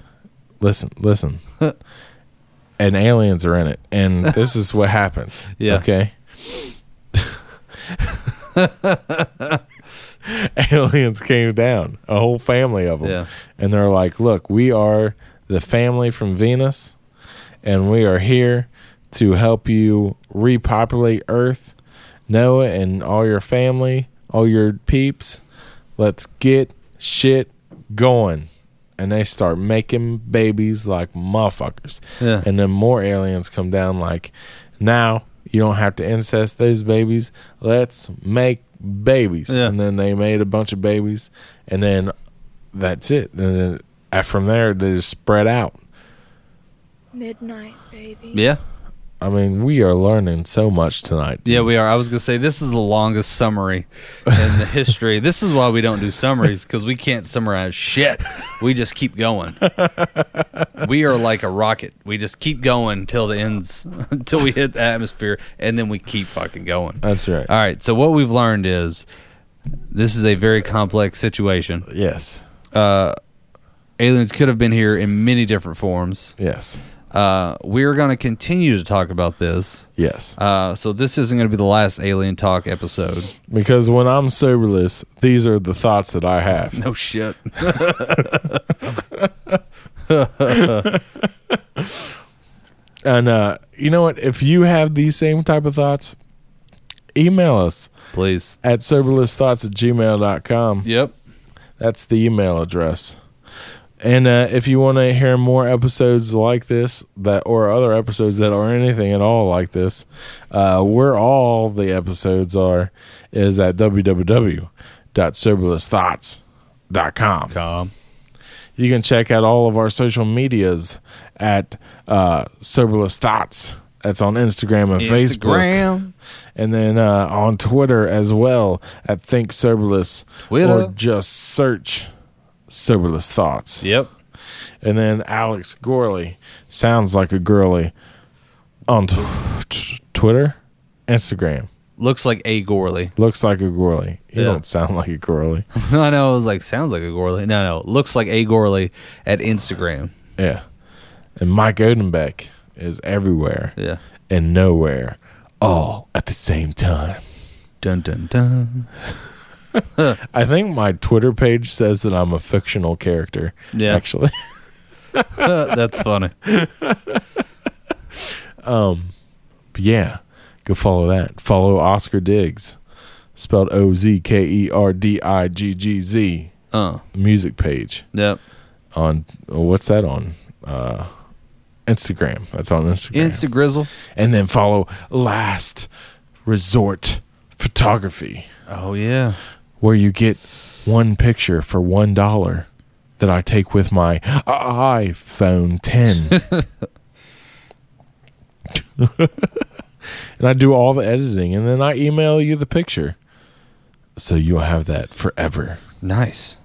S2: Listen, listen. and aliens are in it, and this is what happened.
S3: Yeah.
S2: Okay. aliens came down, a whole family of them,
S3: Yeah.
S2: and they're like, "Look, we are the family from Venus, and we are here to help you repopulate Earth, Noah, and all your family, all your peeps. Let's get shit going." and they start making babies like motherfuckers.
S3: Yeah.
S2: And then more aliens come down like, now you don't have to incest those babies. Let's make babies.
S3: Yeah.
S2: And then they made a bunch of babies, and then that's it. And then uh, from there they just spread out.
S8: Midnight, baby.
S3: yeah,
S2: I mean, we are learning so much tonight.
S3: yeah. We are. I was gonna say this is the longest summary in the history. this is why we don't do summaries because we can't summarize shit. We just keep going. we are like a rocket. We just keep going till the ends, until we hit the atmosphere, and then we keep fucking going.
S2: That's right.
S3: All right. So what we've learned is this is a very complex situation.
S2: Yes.
S3: Aliens could have been here in many different forms.
S2: Yes.
S3: Uh, we're going to continue to talk about this.
S2: Yes.
S3: Uh, so this isn't going to be the last alien talk episode.
S2: because when I'm soberless, these are the thoughts that I have.
S3: No shit.
S2: And uh, you know what? If you have these same type of thoughts, email us
S3: Please.
S2: at soberlessthoughts at gmail.com.
S3: Yep.
S2: That's the email address. And uh, if you want to hear more episodes like this, that or other episodes that are anything at all like this, uh, where all the episodes are is at www.soberlessthoughts.com.
S3: Com.
S2: You can check out all of our social medias at uh, Soberless Thoughts. That's on Instagram and Facebook,
S3: Instagram.
S2: and then uh, on Twitter as well at Think Soberless,
S3: Twitter.
S2: or just search Soberless Thoughts.
S3: Yep.
S2: And then Alex Gorley sounds like a girly on t- t- Twitter, Instagram.
S3: Looks like a Gorley.
S2: Looks like a girly. You
S3: Yeah.
S2: don't sound like a girly.
S3: I know. I was like, sounds like a Gorley. No, no. Looks like a Gorley at Instagram.
S2: yeah. And Mike Odenbeck is everywhere.
S3: Yeah.
S2: and nowhere all at the same time.
S3: Dun dun dun.
S2: I think my Twitter page says that I'm a fictional character.
S3: Yeah.
S2: Actually.
S3: That's funny.
S2: But yeah. Go follow that. Follow Oscar Diggs. Spelled O Z K E R D I G G Z
S3: Uh.
S2: music page
S3: Yep.
S2: on oh, what's that on? Uh Instagram. That's on Instagram.
S3: Instagrizzle.
S2: and then follow Last Resort Photography.
S3: Oh yeah.
S2: where you get one picture for one dollar that I take with my iPhone 10. and I do all the editing and then I email you the picture. So you'll have that forever.
S3: Nice.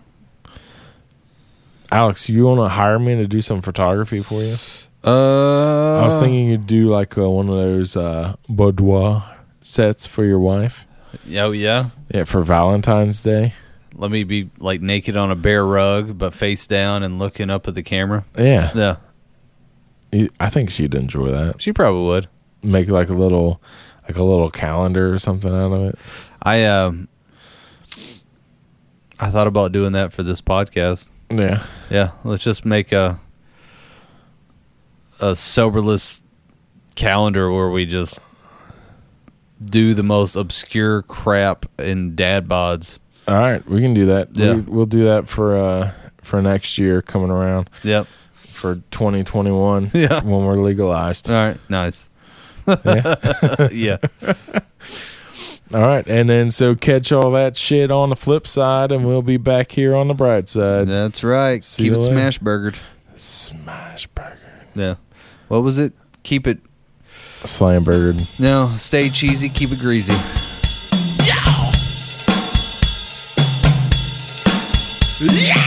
S2: Alex, you want to hire me to do some photography for you?
S3: Uh.
S2: I was thinking you'd do like uh, one of those uh, boudoir sets for your wife.
S3: Oh yeah.
S2: Yeah, for Valentine's Day.
S3: Let me be like naked on a bare rug, but face down and looking up at the camera.
S2: Yeah,
S3: Yeah.
S2: I think she'd enjoy that.
S3: She probably would.
S2: make like a little like a little calendar or something out of it.
S3: I um. I thought about doing that for this podcast.
S2: Yeah.
S3: Yeah, let's just make a a soberless calendar where we just do the most obscure crap in dad bods.
S2: All right, we can do that.
S3: Yeah.
S2: We, we'll do that for uh for next year coming around
S3: Yep.
S2: for 2021
S3: Yeah.
S2: when we're legalized.
S3: All right. Nice.
S2: Yeah.
S3: yeah.
S2: All right, and then so catch all that shit on the flip side, and we'll be back here on the bright side.
S3: That's right.
S2: See
S3: Keep
S2: you
S3: it
S2: later.
S3: smash burgered.
S2: Smash burger,
S3: Yeah. What was it? Keep it
S2: slam burger.
S3: no, stay cheesy, keep it greasy.
S1: Yeah!